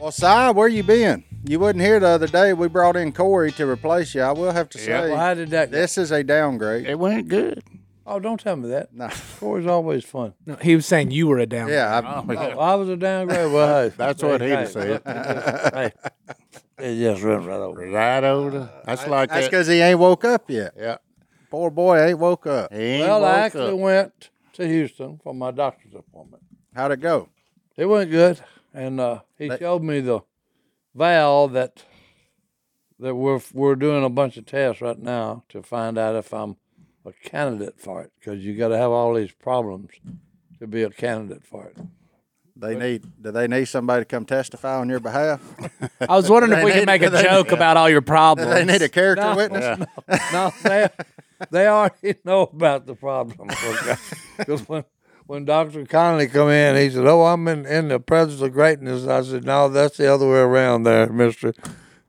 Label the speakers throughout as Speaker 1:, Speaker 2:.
Speaker 1: Well, Si, where you been? You wasn't here the other day. We brought in Corey to replace you. I will have to
Speaker 2: Yeah.
Speaker 1: say,
Speaker 3: Why did that?
Speaker 1: this is a downgrade.
Speaker 2: It went good.
Speaker 3: oh, don't tell me that.
Speaker 1: No.
Speaker 3: Corey's always fun.
Speaker 4: No, he was saying you were a down.
Speaker 1: Yeah, I,
Speaker 2: Oh, yeah.
Speaker 3: Oh, I was a downgrade. Well, hey,
Speaker 2: That's what he'd
Speaker 3: hey,
Speaker 2: have said.
Speaker 3: hey, it just runs right over. Uh,
Speaker 2: Right over. That's like
Speaker 1: that's
Speaker 2: that.
Speaker 1: because he ain't woke up yet.
Speaker 2: Yeah.
Speaker 1: Poor boy ain't woke up.
Speaker 2: He ain't
Speaker 3: Well, I
Speaker 2: woke
Speaker 3: actually
Speaker 2: up.
Speaker 3: went to Houston for my doctor's appointment.
Speaker 1: How'd it go?
Speaker 3: It went good, and uh, he showed me the valve that that we're we're doing a bunch of tests right now to find out if I'm a candidate for it because you got to have all these problems to be a candidate for it.
Speaker 1: They need. Do they need somebody to come testify on your behalf?
Speaker 4: I was wondering if we
Speaker 1: They
Speaker 4: could
Speaker 1: need-
Speaker 4: make a
Speaker 1: they-
Speaker 4: joke about all your problems.
Speaker 1: they need a character
Speaker 3: No.
Speaker 1: witness.
Speaker 3: no, they, they already know about the problem. Because when, when Dr. Connolly come in, he said, oh, I'm in, in the presence of greatness. I said, no, that's the other way around there, mister.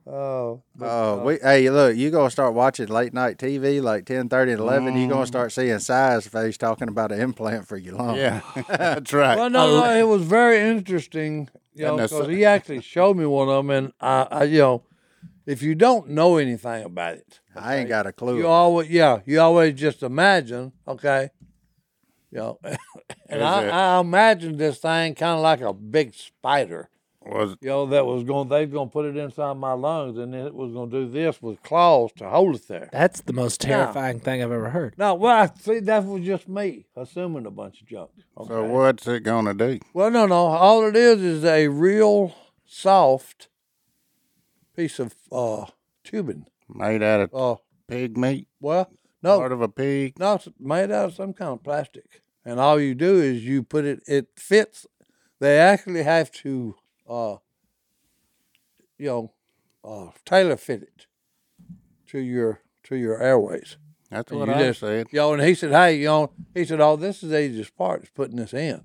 Speaker 3: Oh,
Speaker 1: Oh, we hey, look, you gonna start watching late night TV like 10, 11. you gonna start seeing size face talking about an implant for your lung.
Speaker 2: Mm. Yeah. That's right.
Speaker 3: well, no, no, it was very interesting, you know,
Speaker 2: And that's-
Speaker 3: because he actually showed me one of them, and I, I, you know, if you don't know anything about it,
Speaker 1: I ain't got a clue.
Speaker 3: you always, yeah, you always just imagine, okay, you know, and
Speaker 2: it-
Speaker 3: I, I imagined this thing kind of like a big spider.
Speaker 2: Was
Speaker 3: you know, that was going, they was going to put it inside my lungs and then it was going to do this with claws to hold it there.
Speaker 4: That's the most terrifying thing I've ever heard.
Speaker 3: No, well, I see, that was just me assuming a bunch of junk. Okay.
Speaker 2: so what's it gonna do?
Speaker 3: Well, no, no. All it is is a real soft piece of uh, tubing.
Speaker 2: Made out of
Speaker 3: Uh,
Speaker 2: pig meat?
Speaker 3: well, no,
Speaker 2: Part of a pig?
Speaker 3: No, it's made out of some kind of plastic. And all you do is you put it, it fits. They actually have to, uh, you know, uh, tailor fit it to your to your airways.
Speaker 2: That's
Speaker 3: And
Speaker 2: what
Speaker 3: you
Speaker 2: I
Speaker 3: just-
Speaker 2: said.
Speaker 3: You know, and he said, hey, you know, he said, oh, this is the easiest part is putting this in.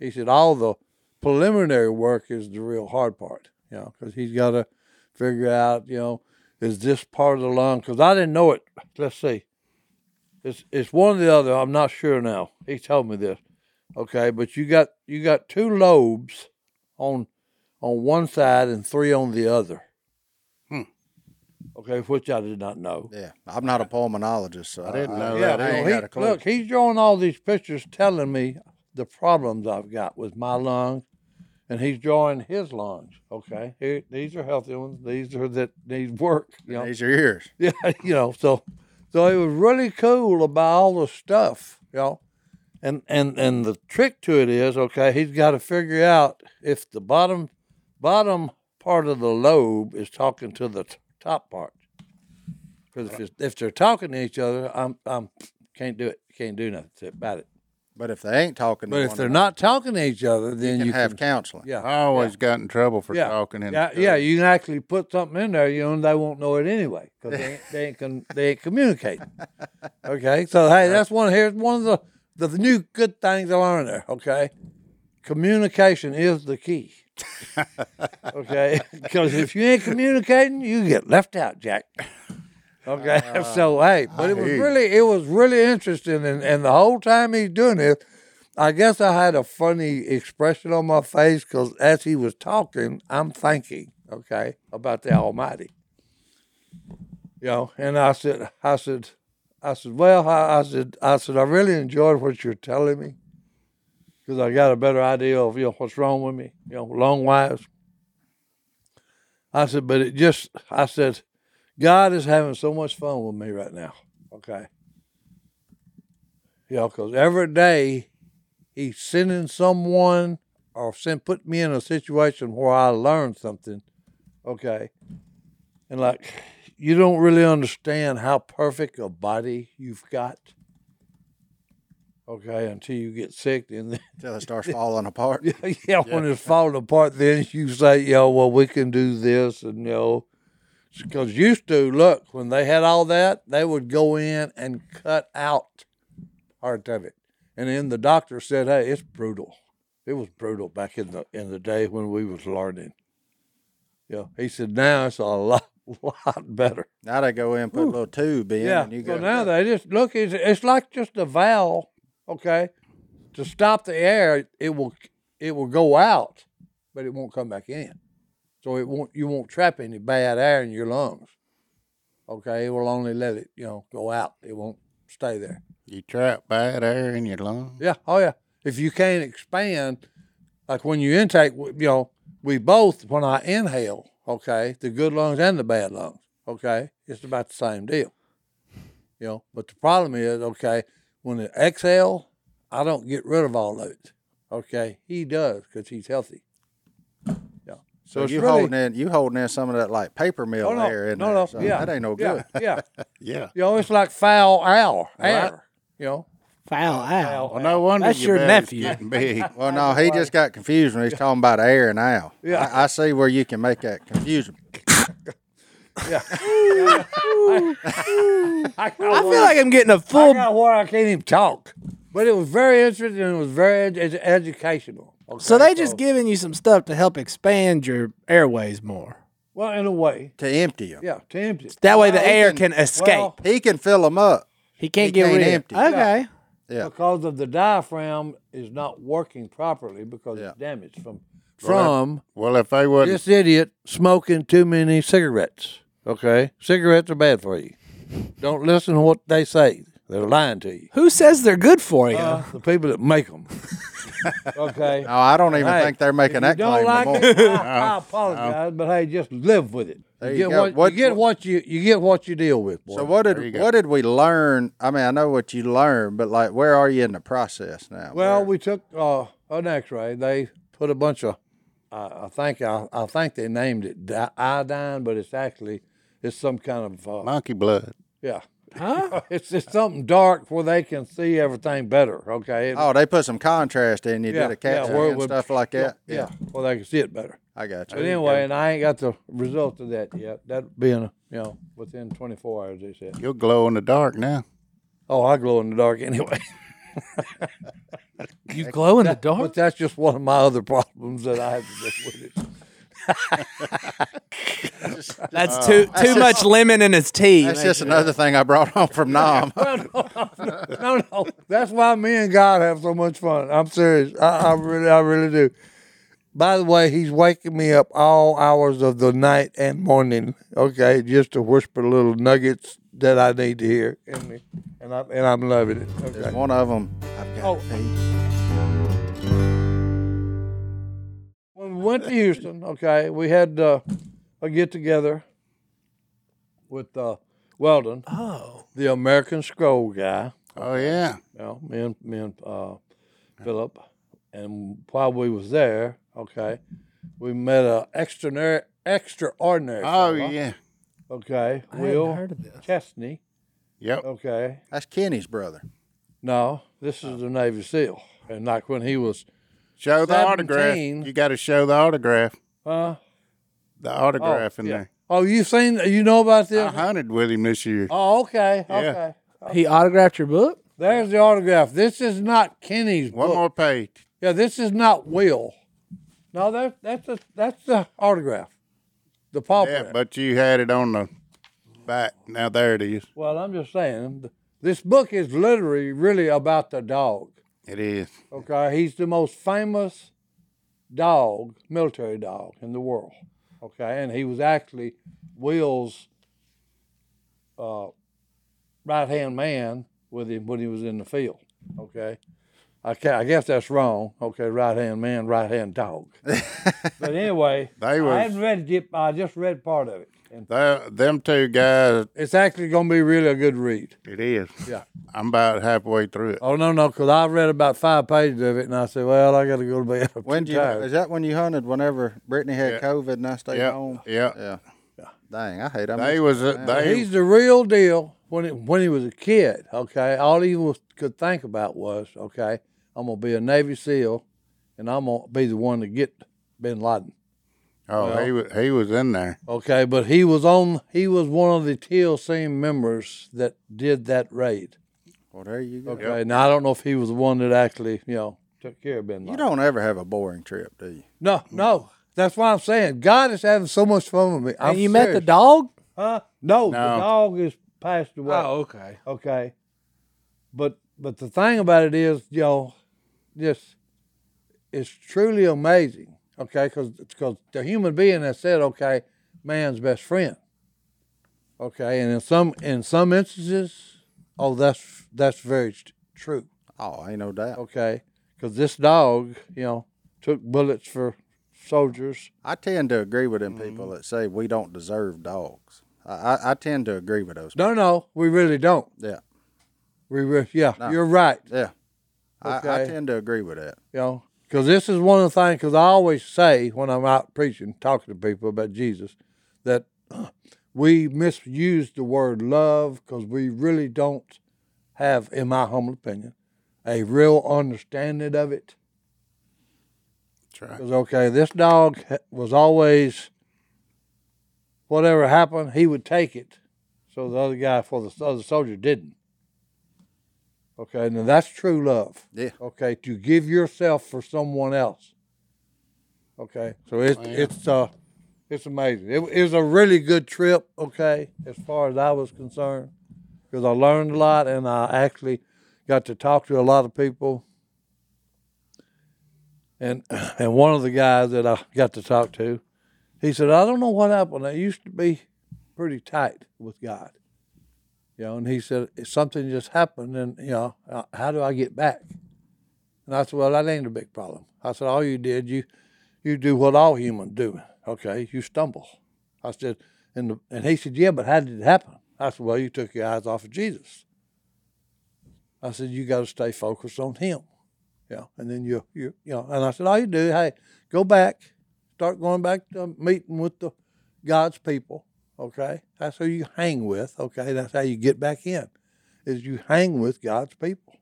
Speaker 3: He said, all the preliminary work is the real hard part, you know, because he's got to figure out, you know, is this part of the lung? Because I didn't know it. Let's see. It's it's one or the other. I'm not sure now. He told me this. Okay, but you got you got two lobes on on one side and three on the other. Hmm. Okay, which I did not know.
Speaker 1: yeah, I'm not a pulmonologist, so I
Speaker 2: didn't know
Speaker 1: yeah,
Speaker 2: that
Speaker 1: I
Speaker 3: Well,
Speaker 1: ain't
Speaker 3: Uh, he-
Speaker 1: got a clue.
Speaker 3: Look, he's drawing all these pictures telling me the problems I've got with my lungs, and he's drawing his lungs. Okay, here, these are healthy ones. These are that need work. You know,
Speaker 1: These are yours.
Speaker 3: yeah, you know. So, so it was really cool about all the stuff. You know, and and and the trick to it is okay. He's got to figure out if the bottom bottom part of the lobe is talking to the t- top part. Because if, it's- if they're talking to each other, I'm I'm can't do it. Can't do nothing about it.
Speaker 1: But if they ain't talking, to
Speaker 3: But if
Speaker 1: one
Speaker 3: they're
Speaker 1: another,
Speaker 3: not talking to each other, then
Speaker 1: you
Speaker 3: you,
Speaker 1: can have
Speaker 3: can-
Speaker 1: counseling.
Speaker 3: yeah.
Speaker 2: I always got in trouble for talking in
Speaker 3: yeah,
Speaker 2: the
Speaker 3: yeah, you can actually put something in there, you know, and they won't know it anyway because they ain't, they ain't con- they ain't communicating. Okay, so hey, that's one here's one of the the new good things I learned there. Okay, communication is the key. okay, because if you ain't communicating, you get left out, Jack. Okay,
Speaker 2: Ah,
Speaker 3: so hey, but it was really it was really interesting, and, and the whole time he's doing this, I guess I had a funny expression on my face because as he was talking, I'm thinking, okay, about the Almighty. You know, and I said, I said, I said, well, I, I said, I said, I really enjoyed what you're telling me because I got a better idea of you know what's wrong with me, you know, long wise. I said, but it just, I said, God is having so much fun with me right now. Okay. You know, because every day he's sending someone or send, put me in a situation where I learn something. Okay. And like, you don't really understand how perfect a body you've got. Okay, until you get sick, and then
Speaker 1: until it starts falling apart.
Speaker 3: yeah, when it's falling apart, then you say, "Yo, well, we can do this," and you know, because used to look when they had all that, they would go in and cut out part of it, and then the doctor said, "Hey, it's brutal. It was brutal back in the in the day when we was learning." Yeah, he said now it's a lot lot better.
Speaker 1: Now they go in and put a little tube in,
Speaker 3: Yeah.
Speaker 1: and you
Speaker 3: so
Speaker 1: go.
Speaker 3: now they just look. It's, it's like just a valve, okay, to stop the air. It will it will go out, but it won't come back in. So it won't you won't trap any bad air in your lungs. Okay, it will only let it you know go out. It won't stay there.
Speaker 2: You trap bad air in your lungs.
Speaker 3: Yeah. Oh yeah. If you can't expand, like when you intake, you know, we both when I inhale, okay, the good lungs and the bad lungs, okay, it's about the same deal. You know, but the problem is, okay, when I exhale, I don't get rid of all of it. Okay, he does because he's healthy. Yeah.
Speaker 1: So
Speaker 3: it's
Speaker 1: you
Speaker 3: really-
Speaker 1: holding in, you holding in some of that like paper mill
Speaker 3: Oh, no,
Speaker 1: air in
Speaker 3: no,
Speaker 1: there.
Speaker 3: no,
Speaker 1: so
Speaker 3: yeah,
Speaker 1: that ain't no good.
Speaker 3: Yeah. Yeah.
Speaker 2: Yeah.
Speaker 3: You know, it's like foul owl air.
Speaker 2: Right.
Speaker 3: You know.
Speaker 4: Foul ah.
Speaker 3: Foul
Speaker 4: out.
Speaker 2: Well, no wonder
Speaker 4: That's
Speaker 2: your
Speaker 4: your
Speaker 2: belly's
Speaker 4: nephew.
Speaker 2: Getting big.
Speaker 1: Well, no, he just got confused when he's talking about air and owl.
Speaker 3: Yeah.
Speaker 1: I, I see where you can make that confusion.
Speaker 3: Yeah. I
Speaker 4: I feel like I'm getting a full.
Speaker 3: I got where I can't even talk. But it was very interesting. and It was very ed- ed- educational. Okay,
Speaker 4: So they just giving you some stuff to help expand your airways more.
Speaker 3: well in a way,
Speaker 1: To empty them,
Speaker 3: yeah, to empty.
Speaker 4: That way the air
Speaker 1: can-
Speaker 4: can escape.
Speaker 3: well-
Speaker 1: he can fill them up.
Speaker 4: he can't
Speaker 1: he
Speaker 4: get
Speaker 1: can't
Speaker 4: rid.
Speaker 1: empty.
Speaker 4: Of it. Okay.
Speaker 1: Yeah.
Speaker 3: because of the diaphragm is not working properly because
Speaker 1: Yeah.
Speaker 3: it's damaged from
Speaker 2: Well,
Speaker 3: from
Speaker 2: Well, if they wasn't,
Speaker 3: this idiot smoking too many cigarettes. Okay, cigarettes are bad for you. Don't listen to what they say. They're lying to you.
Speaker 4: Who says they're good for you?
Speaker 3: the people that make them. okay.
Speaker 1: No, I don't even
Speaker 3: Hey,
Speaker 1: think they're making
Speaker 3: If
Speaker 1: that
Speaker 3: you don't
Speaker 1: claim no
Speaker 3: like
Speaker 1: more.
Speaker 3: it, I, I apologize, but hey, just live with it.
Speaker 1: There
Speaker 3: you
Speaker 1: you
Speaker 3: get
Speaker 1: go.
Speaker 3: what,
Speaker 1: What-
Speaker 3: you get what you you get what you deal with. Boy.
Speaker 1: So what
Speaker 2: There you
Speaker 1: did
Speaker 2: go.
Speaker 1: what did we learn? I mean, I know what you learned, but like, where are you in the process now?
Speaker 3: Well, we took uh, an X-ray. They put a bunch of, I I think I, I think they named it di- iodine, but it's actually it's some kind of uh,
Speaker 2: monkey blood.
Speaker 3: yeah. it's it's something dark where they can see everything better. Okay. It-
Speaker 1: oh, they put some contrast in. You
Speaker 3: yeah,
Speaker 1: did a cat
Speaker 3: where it
Speaker 1: and
Speaker 3: would-
Speaker 1: stuff like
Speaker 3: yeah,
Speaker 1: that.
Speaker 3: Yeah, Well, they can see it better.
Speaker 1: I got you.
Speaker 3: But anyway, and I ain't got the result of that yet. That being you know within 24 hours, they said.
Speaker 2: You'll glow in the dark now.
Speaker 3: Oh, I glow in the dark anyway.
Speaker 4: You glow in the dark.
Speaker 3: But that's just one of my other problems that I have to deal with. It.
Speaker 4: That's too too much lemon in his tea.
Speaker 1: That's just another thing I brought home from Nam.
Speaker 3: No, no, that's why me and God have so much fun. I'm serious. I, I really, I really do. By the way, he's waking me up all hours of the night and morning. Okay, just to whisper little nuggets that I need to hear, and and I'm and I'm loving it.
Speaker 1: There's
Speaker 3: Okay.
Speaker 1: one of them. I've got
Speaker 3: Oh.
Speaker 1: to pee.
Speaker 3: When we went to Houston, okay, we had uh, a get together with uh, Weldon,
Speaker 4: Oh,
Speaker 3: the American Scroll guy.
Speaker 2: Oh yeah.
Speaker 3: Well, me and me and uh, Philip, and while we was there, okay, we met a extraordinary extraordinary.
Speaker 2: Oh
Speaker 3: fella,
Speaker 2: yeah.
Speaker 3: Okay,
Speaker 4: I hadn't
Speaker 3: Will
Speaker 4: heard of this.
Speaker 3: Chesney.
Speaker 2: Yep.
Speaker 3: Oh. Okay,
Speaker 1: That's Kenny's brother.
Speaker 3: no, this is the Navy SEAL, and like when he was,
Speaker 2: Show the autograph.
Speaker 3: 17.
Speaker 2: You got to show the autograph.
Speaker 3: uh,
Speaker 2: The autograph in
Speaker 3: yeah.
Speaker 2: there.
Speaker 3: Oh, you seen? You know about this?
Speaker 2: I hunted with him this year.
Speaker 3: Oh, okay,
Speaker 2: Yeah.
Speaker 3: okay.
Speaker 4: he autographed your book.
Speaker 3: There's the autograph. This is not Kenny's
Speaker 2: One
Speaker 3: book.
Speaker 2: more page.
Speaker 3: Yeah, this is not Will. No, that, that's the that's the autograph, the paw
Speaker 2: Yeah,
Speaker 3: print.
Speaker 2: but you had it on the back. Now there it is.
Speaker 3: Well, I'm just saying, th- this book is literally really about the dog.
Speaker 2: It is.
Speaker 3: Okay, he's the most famous dog, military dog in the world. Okay, and he was actually Will's uh, right hand man with him when he was in the field. Okay, I, ca I guess that's wrong. Okay, right hand man, right hand dog. but anyway,
Speaker 2: They
Speaker 3: I
Speaker 2: was-
Speaker 3: hadn't read it. yet, but I just read part of it, and
Speaker 2: They, them two guys.
Speaker 3: it's actually going to be really a good read.
Speaker 2: It is.
Speaker 3: Yeah.
Speaker 2: I'm about halfway through it.
Speaker 3: Oh no, no, because I read about five pages of it, and I said, "Well, I got to go to bed." I'm
Speaker 1: When did
Speaker 3: too
Speaker 1: you?
Speaker 3: tired."
Speaker 1: Is that when you hunted? Whenever Brittany had
Speaker 2: Yeah.
Speaker 1: COVID and I stayed
Speaker 2: yeah.
Speaker 1: home.
Speaker 2: Yeah.
Speaker 1: Yeah. Dang, I hate. I
Speaker 2: They
Speaker 1: missed-
Speaker 2: was a, they
Speaker 3: He's the real deal. When it, when he was a kid, okay, all he was, could think about was, okay, I'm gonna be a Navy SEAL, and I'm gonna be the one to get Bin Laden.
Speaker 2: oh he was he was in there.
Speaker 3: Okay, but he was on. He was one of the TLC members that did that raid.
Speaker 1: well, there you go.
Speaker 3: Okay, now I don't know if he was the one that actually, you know, took care of Bin Laden.
Speaker 1: You don't ever have a boring trip, do you?
Speaker 3: No, no. That's why I'm saying God is having so much fun with me. I'm
Speaker 4: and you met the
Speaker 3: serious.
Speaker 4: dog?
Speaker 3: Huh? No, Oh, the
Speaker 2: No.
Speaker 3: dog is passed away.
Speaker 4: Oh, okay.
Speaker 3: Okay. But but the thing about it is, you know, just it's truly amazing. Okay, because the human being has said, okay, man's best friend. Okay, and in some in some instances, oh, that's that's very t- true.
Speaker 1: Oh, ain't no doubt.
Speaker 3: Okay, because this dog, you know, took bullets for soldiers.
Speaker 1: I tend to agree with them
Speaker 3: Mm-hmm.
Speaker 1: people that say we don't deserve dogs. I, I, I tend to agree with those.
Speaker 3: No, no, we really don't.
Speaker 1: Yeah,
Speaker 3: We re- yeah, you're right.
Speaker 1: yeah. I, I
Speaker 3: Okay.
Speaker 1: tend to agree with that.
Speaker 3: you know, because this is one of the things. Because I always say when I'm out preaching, talking to people about Jesus, that we misuse the word love because we really don't have, in my humble opinion, a real understanding of it.
Speaker 2: That's right.
Speaker 3: Because okay, this dog ha- was always whatever happened, he would take it, so the other guy for the other soldier didn't. Okay, now that's true love.
Speaker 1: Yeah.
Speaker 3: Okay, to give yourself for someone else. Okay, so it's it's uh it's amazing. It, it was a really good trip. Okay, as far as I was concerned, because I learned a lot and I actually got to talk to a lot of people. And and one of the guys that I got to talk to, he said, I don't know what happened. I used to be pretty tight with God. You know, and he said, "If something just happened and, you know, uh, how do I get back? And I said, well, that ain't a big problem. I said, all you did, you you do what all humans do. Okay, you stumble. I said, and, the, and he said, yeah, but how did it happen? I said, well, you took your eyes off of Jesus. I said, you got to stay focused on him. Yeah, and then you, you, you know, and I said, all you do, hey, go back, start going back to meeting with the God's people. Okay, that's who you hang with. Okay, that's how you get back in, is you hang with God's people.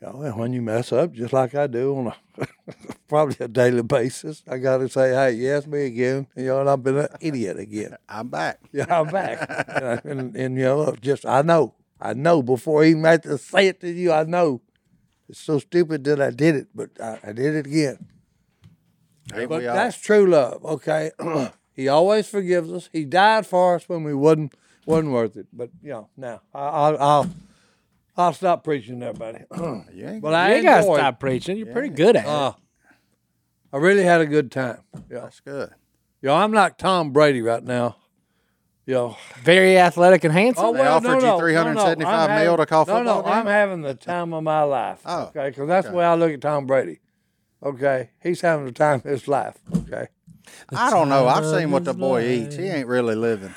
Speaker 3: You know, and when you mess up, just like I do on a probably a daily basis, I got to say, hey, yes, me again. You know, and I've been an idiot again.
Speaker 1: I'm back.
Speaker 3: Yeah, I'm back. You know, and, and you know, look, just I know, I know. Before I even had to say it to you, I know. It's so stupid that I did it, but I, I did it again.
Speaker 1: Ain't
Speaker 3: But
Speaker 1: we all?
Speaker 3: that's true love, okay? he always forgives us. He died for us when we wasn't wasn't worth it. But you know, now I, I'll I'll I'll stop preaching there, buddy.
Speaker 1: You ain't-
Speaker 3: but I
Speaker 4: you ain't got to
Speaker 3: enjoyed-
Speaker 4: stop preaching. You're pretty good at
Speaker 3: Uh, I really had a good time. Yeah,
Speaker 1: that's good.
Speaker 3: yo, I'm like Tom Brady right now. Yo,
Speaker 4: it. Very athletic and handsome.
Speaker 3: oh, well,
Speaker 1: offered you
Speaker 3: no, no,
Speaker 1: 375
Speaker 3: no, no, I'm
Speaker 1: mil to call
Speaker 3: having- No, no,
Speaker 1: football
Speaker 3: I'm
Speaker 1: game?
Speaker 3: having the time of my life.
Speaker 1: Oh,
Speaker 3: okay, because that's the way I look at Tom Brady. Okay, he's having the time of his life. Okay,
Speaker 1: I don't know. I've seen what the boy eats. He ain't really living.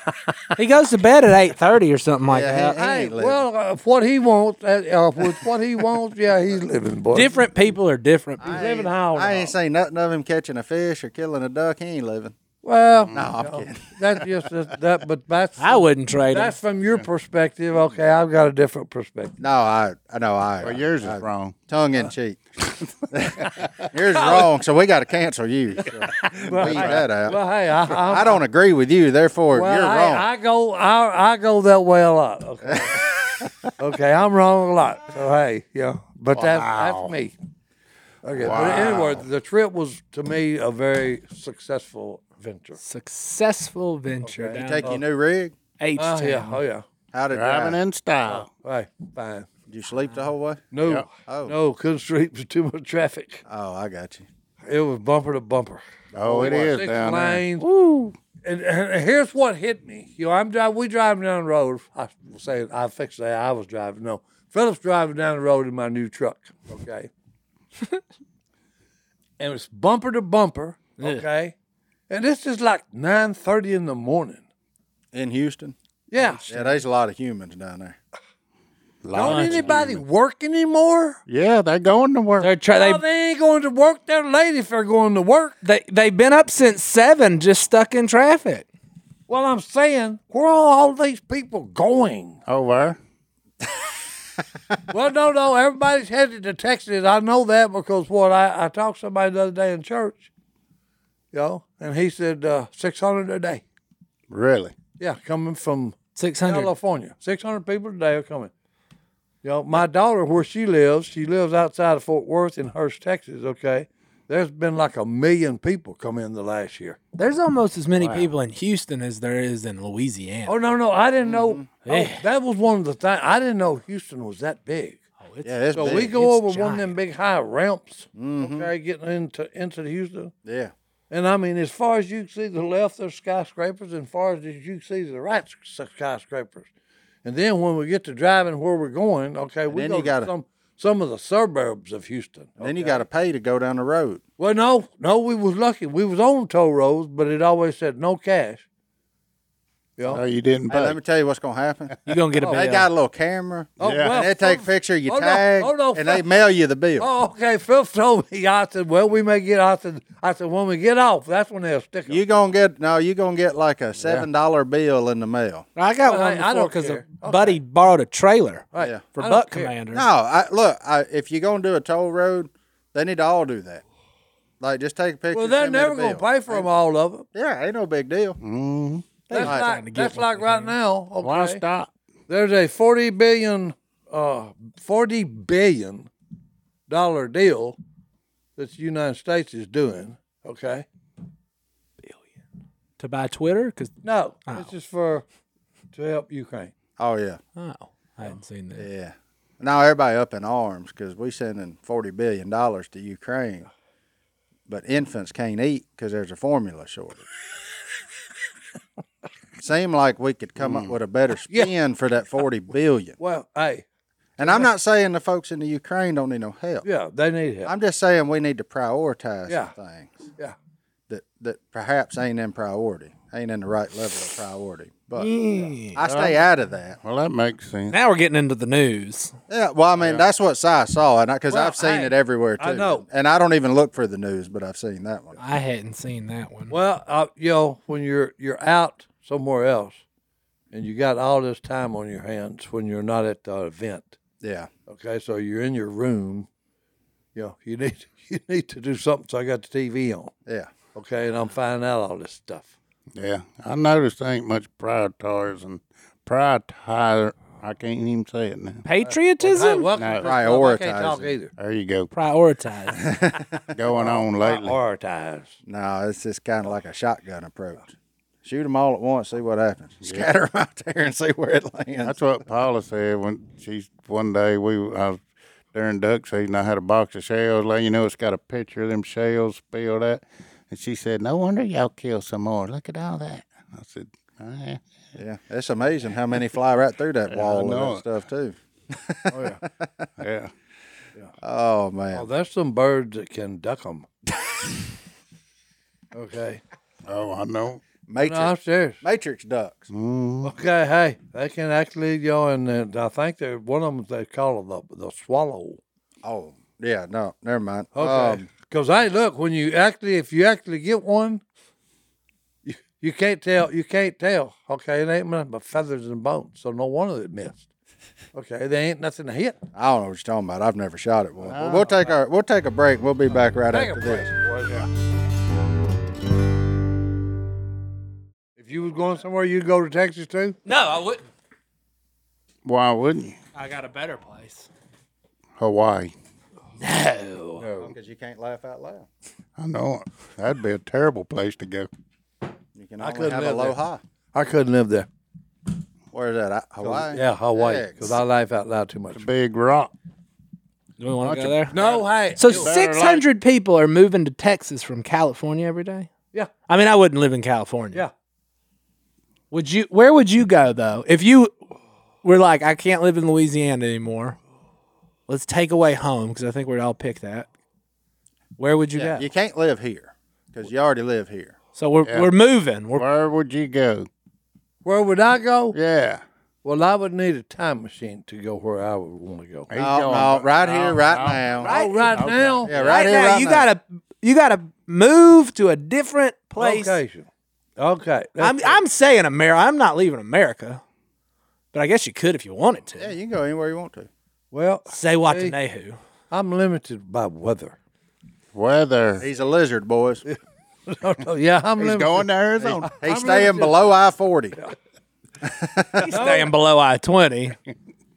Speaker 4: he goes to bed at eight thirty or something like
Speaker 1: Yeah, he-
Speaker 4: that.
Speaker 1: he ain't
Speaker 3: Hey,
Speaker 1: living.
Speaker 3: well, uh, if what he wants, uh, uh, with what he wants, yeah, he's living, boy.
Speaker 4: Different people are different. People.
Speaker 1: I
Speaker 3: living
Speaker 1: ain't-
Speaker 3: how
Speaker 1: I ain't
Speaker 3: now?
Speaker 1: seen nothing of him catching a fish or killing a duck. He ain't living.
Speaker 3: Well,
Speaker 1: No, I'm kidding.
Speaker 3: that's just that, that but that's
Speaker 4: I wouldn't trade him.
Speaker 3: that's from your perspective. Okay, I've got a different perspective.
Speaker 1: No, I, I know I.
Speaker 2: Well, yours
Speaker 1: I-
Speaker 2: is wrong.
Speaker 1: Tongue
Speaker 3: Uh.
Speaker 1: in cheek. Yours is wrong, so we got to cancel you. So weed that out.
Speaker 3: Well, hey, I, I'm,
Speaker 1: I don't agree with you, therefore
Speaker 3: well,
Speaker 1: you're
Speaker 3: I,
Speaker 1: wrong.
Speaker 3: I go I, I go that way a lot. Okay, okay, I'm wrong a lot. So hey, yeah, but that's that's me. Okay, but anyway, the trip was to me a very successful venture.
Speaker 4: Successful venture. down
Speaker 1: Take your new rig.
Speaker 4: H
Speaker 3: Oh yeah, oh yeah,
Speaker 1: How did
Speaker 2: Driving
Speaker 1: drive?
Speaker 2: in style.
Speaker 3: right, fine.
Speaker 1: Did you sleep the whole way?
Speaker 3: No,
Speaker 1: Oh.
Speaker 3: no, couldn't sleep. There's too much traffic.
Speaker 1: Oh, I got you.
Speaker 3: It was bumper to bumper.
Speaker 2: Oh, it is
Speaker 3: Six
Speaker 2: down there.
Speaker 3: lanes. And, and here's what hit me. You know, I'm driving. We driving down the road. I was saying I fixed that. I was driving. No, Phillips driving down the road in my new truck. Okay. and it's bumper to bumper. Okay. And this is like nine thirty in the morning.
Speaker 1: In Houston?
Speaker 3: Yeah.
Speaker 1: Yeah, there's a lot of humans down there.
Speaker 3: Don't anybody work anymore?
Speaker 2: Yeah, they're going to work.
Speaker 4: They're try-
Speaker 3: They,
Speaker 4: they,
Speaker 3: oh, they ain't going to work. They're late if they're going to work.
Speaker 4: they they've been up since seven, just stuck in traffic.
Speaker 3: Well, I'm saying, where are all these people going?
Speaker 2: Over.
Speaker 3: well, no, no, everybody's headed to Texas. I know that because what I, I talked to somebody the other day in church, you know, and he said uh, 600 a day.
Speaker 2: Really?
Speaker 3: Yeah, coming from
Speaker 4: Six hundred.
Speaker 3: California. 600 people today are coming. You know, my daughter, where she lives, she lives outside of Fort Worth in Hearst, Texas, okay? There's been like a million people come in the last year.
Speaker 4: There's almost as many people in Houston as there is in Louisiana.
Speaker 3: Oh, no, no, I didn't know. Oh, that was one of the things. I didn't know Houston was that big.
Speaker 4: Oh,
Speaker 1: Yeah, that's
Speaker 3: So
Speaker 1: big.
Speaker 3: we go
Speaker 4: It's
Speaker 3: over one of them big high ramps,
Speaker 1: Mm-hmm.
Speaker 3: okay, getting into into the Houston.
Speaker 1: yeah.
Speaker 3: And I mean, as far as you can see to the left, there's skyscrapers, and far as you can see to the right, s- skyscrapers. And then when we get to driving where we're going, okay, we
Speaker 1: then
Speaker 3: go
Speaker 1: you
Speaker 3: to
Speaker 1: gotta-
Speaker 3: some some of the suburbs of Houston.
Speaker 1: Then you got to pay to go down the road.
Speaker 3: Well, no, no, we was lucky. We was on toll roads, but it always said no cash. You know?
Speaker 1: Uh,
Speaker 2: Oh, you didn't
Speaker 1: Hey,
Speaker 2: pay.
Speaker 1: let me tell you what's gonna happen.
Speaker 4: You're gonna get a
Speaker 1: They
Speaker 4: bill.
Speaker 1: got a little camera.
Speaker 3: Oh,
Speaker 2: Yeah.
Speaker 3: well,
Speaker 1: And they take a
Speaker 3: oh,
Speaker 1: picture, you
Speaker 3: oh, no,
Speaker 1: tag,
Speaker 3: oh, no,
Speaker 1: and they
Speaker 3: fuck.
Speaker 1: mail you the bill.
Speaker 3: Oh, okay. Phil told me. I said, "Well, we may get." I said, "I said when we get off, that's when they'll stick 'em."
Speaker 1: You gonna get no, you gonna get like a seven dollar bill in the mail.
Speaker 4: I got
Speaker 3: Well,
Speaker 4: one
Speaker 3: hey, I
Speaker 4: before
Speaker 3: don't
Speaker 4: because a
Speaker 3: care. Okay.
Speaker 4: buddy borrowed a trailer
Speaker 3: Right.
Speaker 1: Yeah.
Speaker 4: for
Speaker 3: I don't
Speaker 4: Buck
Speaker 3: care.
Speaker 4: Commander.
Speaker 1: No, I look, I, if you're gonna do a toll road, they need to all do that. Like just take a picture.
Speaker 3: Well, they're
Speaker 1: send me the
Speaker 3: never going to
Speaker 1: bill.
Speaker 3: pay for Mm. them all of them.
Speaker 1: Yeah, ain't no big deal.
Speaker 3: That's
Speaker 1: not
Speaker 4: trying to
Speaker 3: like,
Speaker 4: get
Speaker 3: that's
Speaker 4: what
Speaker 3: like
Speaker 4: they
Speaker 3: right now. Okay.
Speaker 2: Why stop?
Speaker 3: There's a forty billion, uh, forty billion dollar deal that the United States is doing. Okay.
Speaker 4: to buy Twitter because
Speaker 3: No, this is for to help Ukraine.
Speaker 1: Oh yeah,
Speaker 4: oh, I hadn't seen that.
Speaker 1: yeah. Now everybody up in arms because we sending forty billion dollars to Ukraine, but infants can't eat because there's a formula shortage. Seem like we could come up with a better spin for that forty billion.
Speaker 3: Well, hey,
Speaker 1: And I'm not saying the folks in the Ukraine don't need no help.
Speaker 3: yeah, they need help.
Speaker 1: I'm just saying we need to prioritize
Speaker 3: Yeah.
Speaker 1: some things
Speaker 3: yeah.
Speaker 1: that that perhaps ain't in priority, ain't in the right level of priority. But I stay out of that.
Speaker 2: Well, that makes sense.
Speaker 4: Now we're getting into the news.
Speaker 1: Yeah, well, I mean that's what Si saw, and because
Speaker 3: Well,
Speaker 1: I've seen
Speaker 3: hey,
Speaker 1: it everywhere too.
Speaker 3: I know.
Speaker 1: and I don't even look for the news, but I've seen that one.
Speaker 4: I hadn't seen that one.
Speaker 3: Well, uh, you know, when you're you're out somewhere else, and you got all this time on your hands when you're not at the event.
Speaker 1: Yeah,
Speaker 3: Okay, so you're in your room. You know, you need you need to do something. So I got the TV on.
Speaker 1: yeah.
Speaker 3: Okay, and I'm finding out all this stuff.
Speaker 2: Yeah, I noticed there ain't much prioritizing. Prioritizer. I can't even say it now.
Speaker 3: Hey,
Speaker 4: Patriotism
Speaker 3: welcome
Speaker 2: No.
Speaker 3: to the club. I can't talk
Speaker 1: Prioritizing.
Speaker 3: either.
Speaker 2: There you go.
Speaker 4: prioritize.
Speaker 2: Going on lately.
Speaker 3: Prioritize.
Speaker 1: No, it's just kind of like a shotgun approach. Shoot them all at once, see what happens. Scatter 'em out there and see where it lands.
Speaker 2: That's what Paula said when she's one day we I was during duck season. I had a box of shells. Let you know it's got a picture of them shells spilled out. And she said, "No wonder y'all kill some more. Look at all that." I said, "Oh, yeah."
Speaker 1: Yeah, it's amazing how many fly right through that wall and that
Speaker 2: know it.
Speaker 1: stuff too.
Speaker 3: Oh yeah.
Speaker 2: "Yeah,
Speaker 1: Oh man.
Speaker 3: Oh, there's some birds that can duck them. okay.
Speaker 2: oh, I know."
Speaker 1: Matrix,
Speaker 3: No, I'm serious.
Speaker 1: Matrix ducks.
Speaker 3: Mm. Okay, hey, they can actually, you know, and, and uh, I think they're one of them they call it the, the swallow.
Speaker 1: Oh, yeah, no, never mind.
Speaker 3: Okay.
Speaker 1: Um,
Speaker 3: Because hey, look, when you actually, if you actually get one, you, you can't tell. You can't tell. Okay, it ain't nothing but feathers and bones. So no wonder it missed. Okay, there ain't nothing to hit.
Speaker 1: I don't know what you're talking about. I've never shot at one. But we'll take our we'll take a break. We'll be back right
Speaker 3: Ah, Take a
Speaker 1: after
Speaker 3: break,
Speaker 1: this.
Speaker 3: boys. If you was going somewhere, you'd go to Texas too.
Speaker 4: no, I wouldn't.
Speaker 2: Why wouldn't you?
Speaker 4: I got a better place.
Speaker 2: Hawaii?
Speaker 4: No.
Speaker 1: Because you can't laugh out loud.
Speaker 2: I know it. That'd be a terrible place to go.
Speaker 1: You can
Speaker 3: I
Speaker 1: only
Speaker 3: couldn't
Speaker 1: have
Speaker 3: live there.
Speaker 1: aloha.
Speaker 3: I couldn't live there.
Speaker 1: Where is that? at? Hawaii.
Speaker 3: Yeah, Hawaii,
Speaker 1: Heck.
Speaker 3: because I laugh out loud too much.
Speaker 2: Big rock.
Speaker 4: Do we want to go there?
Speaker 3: No, hey.
Speaker 4: So
Speaker 3: it was-
Speaker 4: six hundred people are moving to Texas from California every day.
Speaker 3: yeah,
Speaker 4: I mean, I wouldn't live in California.
Speaker 3: yeah.
Speaker 4: Would you? Where would you go though? If you were like, I can't live in Louisiana anymore. Let's take away home because I think we'd all pick that. Where would you go?
Speaker 1: You can't live here because you already live here.
Speaker 4: so we're we're moving. We're
Speaker 2: Where would you go?
Speaker 3: Where would I go?
Speaker 2: Yeah.
Speaker 3: Well, I would need a time machine to go where I would want to go.
Speaker 2: He's
Speaker 1: No,
Speaker 2: going-
Speaker 1: no, right here, right now.
Speaker 3: Oh, right now.
Speaker 1: Yeah, right, here,
Speaker 4: now,
Speaker 1: right
Speaker 4: you
Speaker 1: now.
Speaker 4: gotta you gotta move to a different place
Speaker 3: Location. Okay.
Speaker 4: I'm, I'm saying America. I'm not leaving America, but I guess you could if you wanted to.
Speaker 1: Yeah, you can go anywhere you want to.
Speaker 3: well,
Speaker 4: Say Watanehu.
Speaker 3: I'm limited by weather.
Speaker 2: Weather.
Speaker 1: He's a lizard, boys. He's
Speaker 3: Oh, yeah, I'm
Speaker 2: He's
Speaker 3: limited.
Speaker 2: going to Arizona.
Speaker 1: staying below I forty.
Speaker 4: He's staying below I twenty.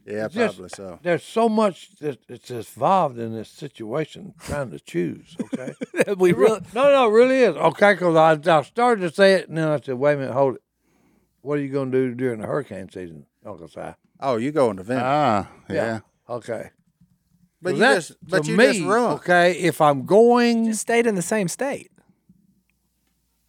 Speaker 1: Yeah, probably so.
Speaker 3: There's so much that that's involved in this situation trying to choose. Okay.
Speaker 4: we really,
Speaker 3: no, no, it really is. Okay, because I, I started to say it and then I said, wait a minute, hold it. What are you going to do during the hurricane season, Uncle Si?
Speaker 1: Oh, you going to Venice?
Speaker 2: Ah, yeah.
Speaker 3: Okay.
Speaker 1: but you
Speaker 3: Well,
Speaker 1: just, but
Speaker 3: to
Speaker 1: you
Speaker 3: me,
Speaker 1: just run.
Speaker 3: Okay, if I'm going
Speaker 4: just stayed in the same state.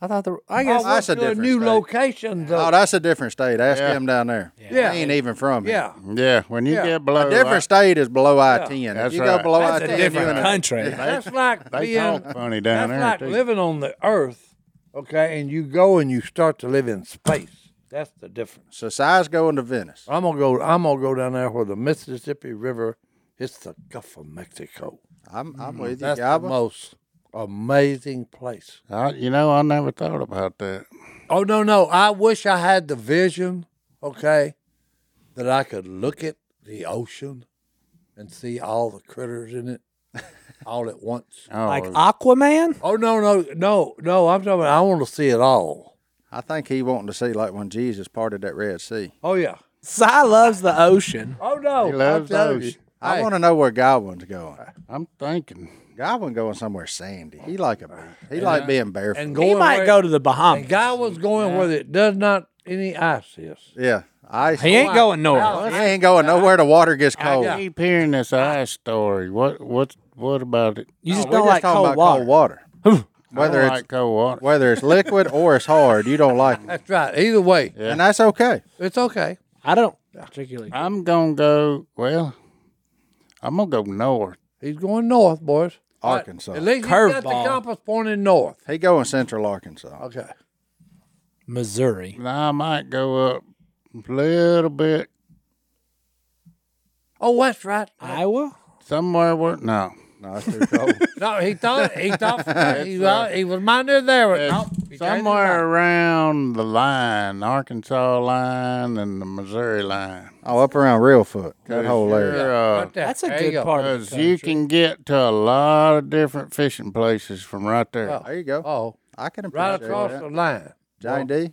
Speaker 4: I thought the I guess
Speaker 3: I went
Speaker 1: that's a
Speaker 3: to a
Speaker 1: different
Speaker 3: new
Speaker 1: state.
Speaker 3: location, though.
Speaker 1: Oh, that's a different state. Ask
Speaker 2: Yeah.
Speaker 1: him down there.
Speaker 3: Yeah.
Speaker 1: He ain't even from here.
Speaker 3: yeah.
Speaker 2: Yeah, when you
Speaker 3: Yeah.
Speaker 2: get below
Speaker 1: A different state is below I ten. If
Speaker 2: That's
Speaker 1: you go
Speaker 2: right.
Speaker 1: below I
Speaker 4: that's a
Speaker 1: ten,
Speaker 4: different
Speaker 1: you in a-
Speaker 4: country.
Speaker 3: That's like
Speaker 2: They
Speaker 3: being
Speaker 2: talk funny
Speaker 3: that's
Speaker 2: down there.
Speaker 3: like
Speaker 2: too.
Speaker 3: living on the earth, okay, and you go and you start to live in space. That's the difference.
Speaker 1: So size going to Venice.
Speaker 3: I'm gonna go I'm gonna go down there where the Mississippi River hits the Gulf of Mexico.
Speaker 1: I'm I'm with you,
Speaker 3: That's the
Speaker 1: Gabba.
Speaker 3: most amazing place.
Speaker 2: I, you know, I never thought about that.
Speaker 3: Oh no, no. I wish I had the vision, okay, that I could look at the ocean and see all the critters in it all at once.
Speaker 2: Oh,
Speaker 4: like Aquaman.
Speaker 3: Oh no, no, no, no. I'm talking about I want to see it all.
Speaker 1: I think he wanting to see like when Jesus parted that Red Sea.
Speaker 3: Oh yeah.
Speaker 4: Si loves the ocean.
Speaker 3: Oh no.
Speaker 2: He loves
Speaker 3: I'm telling
Speaker 2: those.
Speaker 3: you.
Speaker 1: I
Speaker 3: Hey,
Speaker 1: want to know where Godwin's going.
Speaker 2: I'm thinking.
Speaker 1: Godwin going somewhere sandy. He like a beach. He like being barefoot.
Speaker 3: and
Speaker 4: He
Speaker 3: going
Speaker 4: might
Speaker 3: where-
Speaker 4: go to the
Speaker 3: And
Speaker 4: Bahamas.
Speaker 3: guy was going where it does not any ice is.
Speaker 1: yeah, ice.
Speaker 4: he ain't going north.
Speaker 1: He ain't going nowhere. The water gets cold.
Speaker 2: I keep hearing this ice story. What? What? What about it?
Speaker 4: You just
Speaker 1: We're
Speaker 4: don't
Speaker 1: just
Speaker 4: like
Speaker 1: talking
Speaker 4: cold
Speaker 1: about
Speaker 4: water.
Speaker 1: cold water.
Speaker 2: I
Speaker 1: Whether
Speaker 2: don't
Speaker 1: it's
Speaker 2: like cold water.
Speaker 1: whether it's liquid or it's hard, you don't like it,
Speaker 3: That's right. Either way,
Speaker 1: and that's okay.
Speaker 3: it's okay.
Speaker 4: I don't particularly.
Speaker 2: I'm gonna go. Well, I'm gonna go north.
Speaker 3: He's going north, boys.
Speaker 1: Arkansas.
Speaker 3: At least he's got the
Speaker 4: Curveball.
Speaker 3: compass pointing north.
Speaker 1: He going central Arkansas.
Speaker 3: Okay.
Speaker 4: Missouri.
Speaker 2: Now I might go up a little bit
Speaker 3: Oh, that's right.
Speaker 4: Iowa?
Speaker 2: somewhere where no.
Speaker 1: No, it's too cold.
Speaker 3: No, he thought he thought he, was he was mine there. there.
Speaker 2: It's
Speaker 3: No, he changed his mind.
Speaker 2: somewhere around the line, Arkansas line and the Missouri line.
Speaker 1: oh, up around real foot. That whole
Speaker 2: You're,
Speaker 1: area.
Speaker 2: uh,
Speaker 3: Right there.
Speaker 4: That's a
Speaker 3: There you
Speaker 4: good
Speaker 3: go.
Speaker 4: part of
Speaker 2: 'cause
Speaker 4: the
Speaker 2: you
Speaker 4: country.
Speaker 2: can get to a lot of different fishing places from right there.
Speaker 1: There you go.
Speaker 3: Oh,
Speaker 1: I can appreciate
Speaker 3: right across
Speaker 1: that.
Speaker 3: the line.
Speaker 1: Johnny D.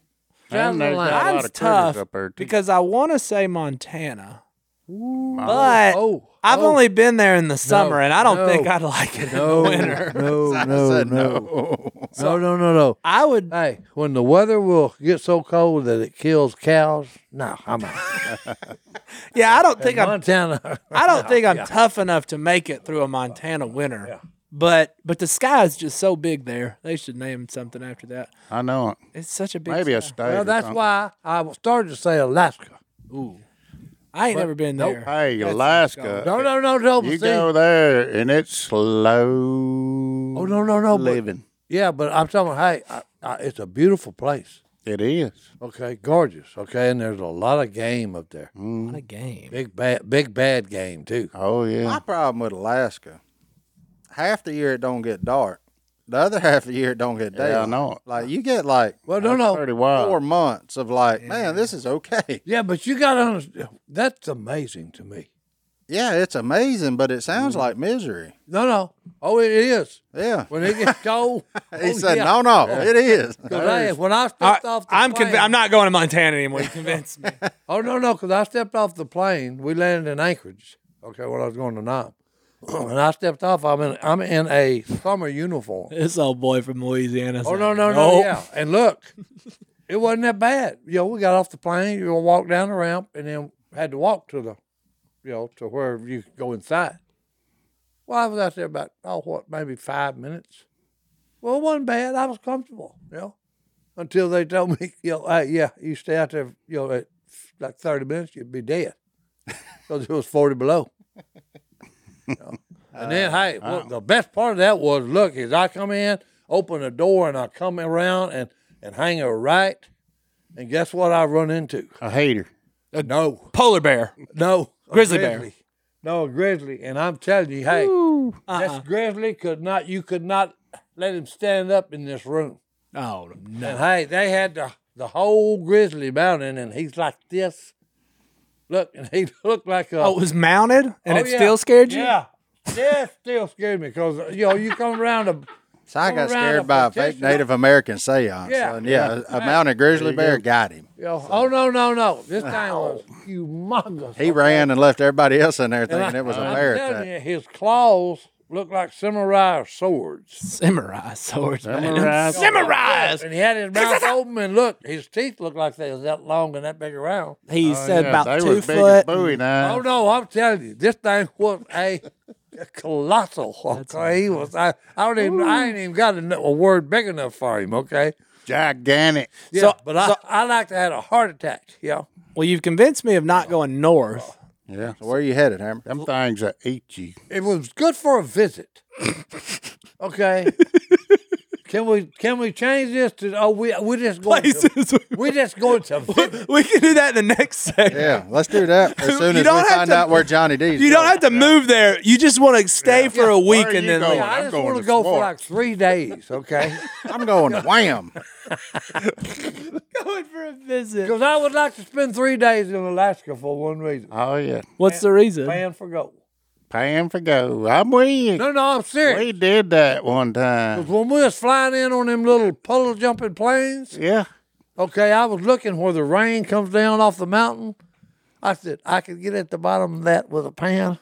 Speaker 3: Down the
Speaker 2: there's
Speaker 3: line.
Speaker 2: got a lot
Speaker 4: Mine's
Speaker 2: of critters
Speaker 4: tough
Speaker 2: up there, too.
Speaker 4: because I want to say Montana,
Speaker 2: My-
Speaker 4: but
Speaker 3: oh,
Speaker 4: I've
Speaker 3: oh.
Speaker 4: only been there in the summer, and I don't
Speaker 3: no,
Speaker 4: think I'd like it in the winter.
Speaker 3: No,
Speaker 1: I
Speaker 3: no,
Speaker 1: said
Speaker 3: no,
Speaker 2: Oh,
Speaker 1: no.
Speaker 3: no, no, no, no.
Speaker 4: I would.
Speaker 3: Hey, when the weather will get so cold that it kills cows, no, I'm out.
Speaker 4: Yeah, I don't think I'm.
Speaker 3: Montana.
Speaker 4: I don't think I'm tough enough to make it through a Montana winter. But but the sky is just so big there. They should name something after that.
Speaker 2: I know it.
Speaker 4: It's such a big.
Speaker 2: Maybe a
Speaker 4: sky.
Speaker 2: state.
Speaker 3: well,
Speaker 2: or
Speaker 3: that's
Speaker 2: something.
Speaker 3: why I started to say Alaska.
Speaker 4: Ooh, I ain't never been there.
Speaker 2: Hey, Alaska.
Speaker 3: No, no, no, no.
Speaker 2: You
Speaker 3: see?
Speaker 2: go there and it's slow.
Speaker 3: Oh no, no, no. But,
Speaker 2: living.
Speaker 3: yeah, but I'm telling. you, Hey, I, I, it's a beautiful place.
Speaker 2: It is.
Speaker 3: Okay, gorgeous. Okay, and there's a lot of game up there.
Speaker 2: Mm.
Speaker 4: What a game!
Speaker 3: Big bad, big bad game too.
Speaker 2: Oh yeah.
Speaker 1: My problem with Alaska, half the year it don't get dark. The other half of the year it don't get daylight.
Speaker 2: Yeah, I know Uh, it.
Speaker 1: Like you get like
Speaker 3: Well, no,
Speaker 2: That's
Speaker 3: no.
Speaker 2: pretty wild.
Speaker 1: four months of like, man, this is okay.
Speaker 3: Yeah, but you got to understand. That's amazing to me.
Speaker 1: Yeah, it's amazing, but it sounds like misery.
Speaker 3: No, no. Oh, it is.
Speaker 1: Yeah.
Speaker 3: When it gets cold.
Speaker 1: He
Speaker 3: oh,
Speaker 1: said,
Speaker 3: yeah.
Speaker 1: no, no, it is.
Speaker 3: 'Cause I, when I
Speaker 4: All right,
Speaker 3: stepped off the
Speaker 4: I'm
Speaker 3: plane,
Speaker 4: conv- I'm not going to Montana anymore. You convinced me.
Speaker 3: Oh no, no, because I stepped off the plane. We landed in Anchorage. Okay, when I was going to Knob. When I stepped off, I'm in I'm in a summer uniform.
Speaker 4: this old boy from Louisiana.
Speaker 3: Oh no, no, no, yeah. And look, it wasn't that bad. You know, we got off the plane, you know, walked down the ramp and then had to walk to the you know, to where you could go inside. Well, I was out there about oh what, maybe five minutes. Well, it wasn't bad. I was comfortable, you know. Until they told me, you know, hey, yeah, you stay out there, you know, at like thirty minutes, you'd be dead. Because it was forty below. You know. And then,
Speaker 4: Uh,
Speaker 3: hey, well, the best part of that was, look, is I come in, open the door, and I come around and, and hang a right, and guess what I run into?
Speaker 2: A hater.
Speaker 3: no,
Speaker 4: Polar bear.
Speaker 3: no, a
Speaker 4: Uh, Grizzly bear.
Speaker 3: No, a grizzly, and I'm telling you, hey, this grizzly could not, you could not let him stand up in this room.
Speaker 4: Oh
Speaker 3: And
Speaker 4: no!
Speaker 3: hey, they had the, the whole Grizzly Mountain, and he's like this. Look, and he looked like a.
Speaker 4: Oh, it was mounted, and
Speaker 3: Oh,
Speaker 4: it
Speaker 3: yeah.
Speaker 4: still scared you.
Speaker 3: Yeah, yeah, it still scared me because you know you come around a.
Speaker 1: So I
Speaker 3: Come
Speaker 1: got
Speaker 3: around
Speaker 1: scared
Speaker 3: a
Speaker 1: by a fake
Speaker 3: partition.
Speaker 1: Native American seance.
Speaker 3: Yeah.
Speaker 1: and yeah, a, a mounted grizzly bear got him.
Speaker 3: You know, oh no no no! This thing was humongous.
Speaker 1: He ran and left everybody else in there thinking it was a
Speaker 3: I'm
Speaker 1: bear
Speaker 3: telling
Speaker 1: attack.
Speaker 3: you, his claws looked like samurai swords.
Speaker 4: Samurai swords. man.
Speaker 2: Samurai.
Speaker 4: Samurai.
Speaker 3: And he had his mouth open, and look, his teeth looked like they was that long and that big around.
Speaker 4: He
Speaker 2: Oh,
Speaker 4: said
Speaker 2: yeah,
Speaker 4: about
Speaker 2: they
Speaker 4: two
Speaker 2: was big as
Speaker 4: foot.
Speaker 2: Bowie knives.
Speaker 1: Uh.
Speaker 3: Oh no, I'm telling you, this thing was a, a colossal. Okay, he was. I, I don't even. I ain't even got a, n- a word big enough for him. Okay.
Speaker 2: Gigantic.
Speaker 3: Yeah,
Speaker 4: So-
Speaker 3: but I, I like to have a heart attack. Yeah.
Speaker 4: Well, you've convinced me of not going north.
Speaker 2: Yeah.
Speaker 1: So where you headed, Hammer?
Speaker 2: Them things that eat you.
Speaker 3: It was good for a visit. Okay. can we can we change this to? Oh, we we just going. To,
Speaker 4: Places.
Speaker 3: we just going to visit.
Speaker 4: we can do that in the next segment.
Speaker 1: Yeah, let's do that as soon
Speaker 4: You
Speaker 1: as we
Speaker 4: don't have
Speaker 1: find
Speaker 4: to-
Speaker 1: out where Johnny D's.
Speaker 4: You don't
Speaker 1: going.
Speaker 4: have to move there. You just want to stay for a week
Speaker 2: Where are
Speaker 4: and
Speaker 2: you
Speaker 4: then
Speaker 2: going?
Speaker 4: leave.
Speaker 3: I
Speaker 2: I'm
Speaker 3: just
Speaker 2: going
Speaker 3: want to
Speaker 2: to
Speaker 3: go for
Speaker 2: Florida.
Speaker 3: like three days. Okay.
Speaker 1: I'm going to wham.
Speaker 4: going for a visit.
Speaker 3: Because I would like to spend three days in Alaska for one reason:
Speaker 2: Oh yeah.
Speaker 4: What's the reason?
Speaker 3: paying for gold.
Speaker 2: Paying for gold. I'm with you.
Speaker 3: No, no, I'm serious.
Speaker 2: We did that one time.
Speaker 3: When we was flying in on them little puddle jumping planes,
Speaker 2: Yeah.
Speaker 3: okay, I was looking where the rain comes down off the mountain. I said I could get at the bottom of that with a pan,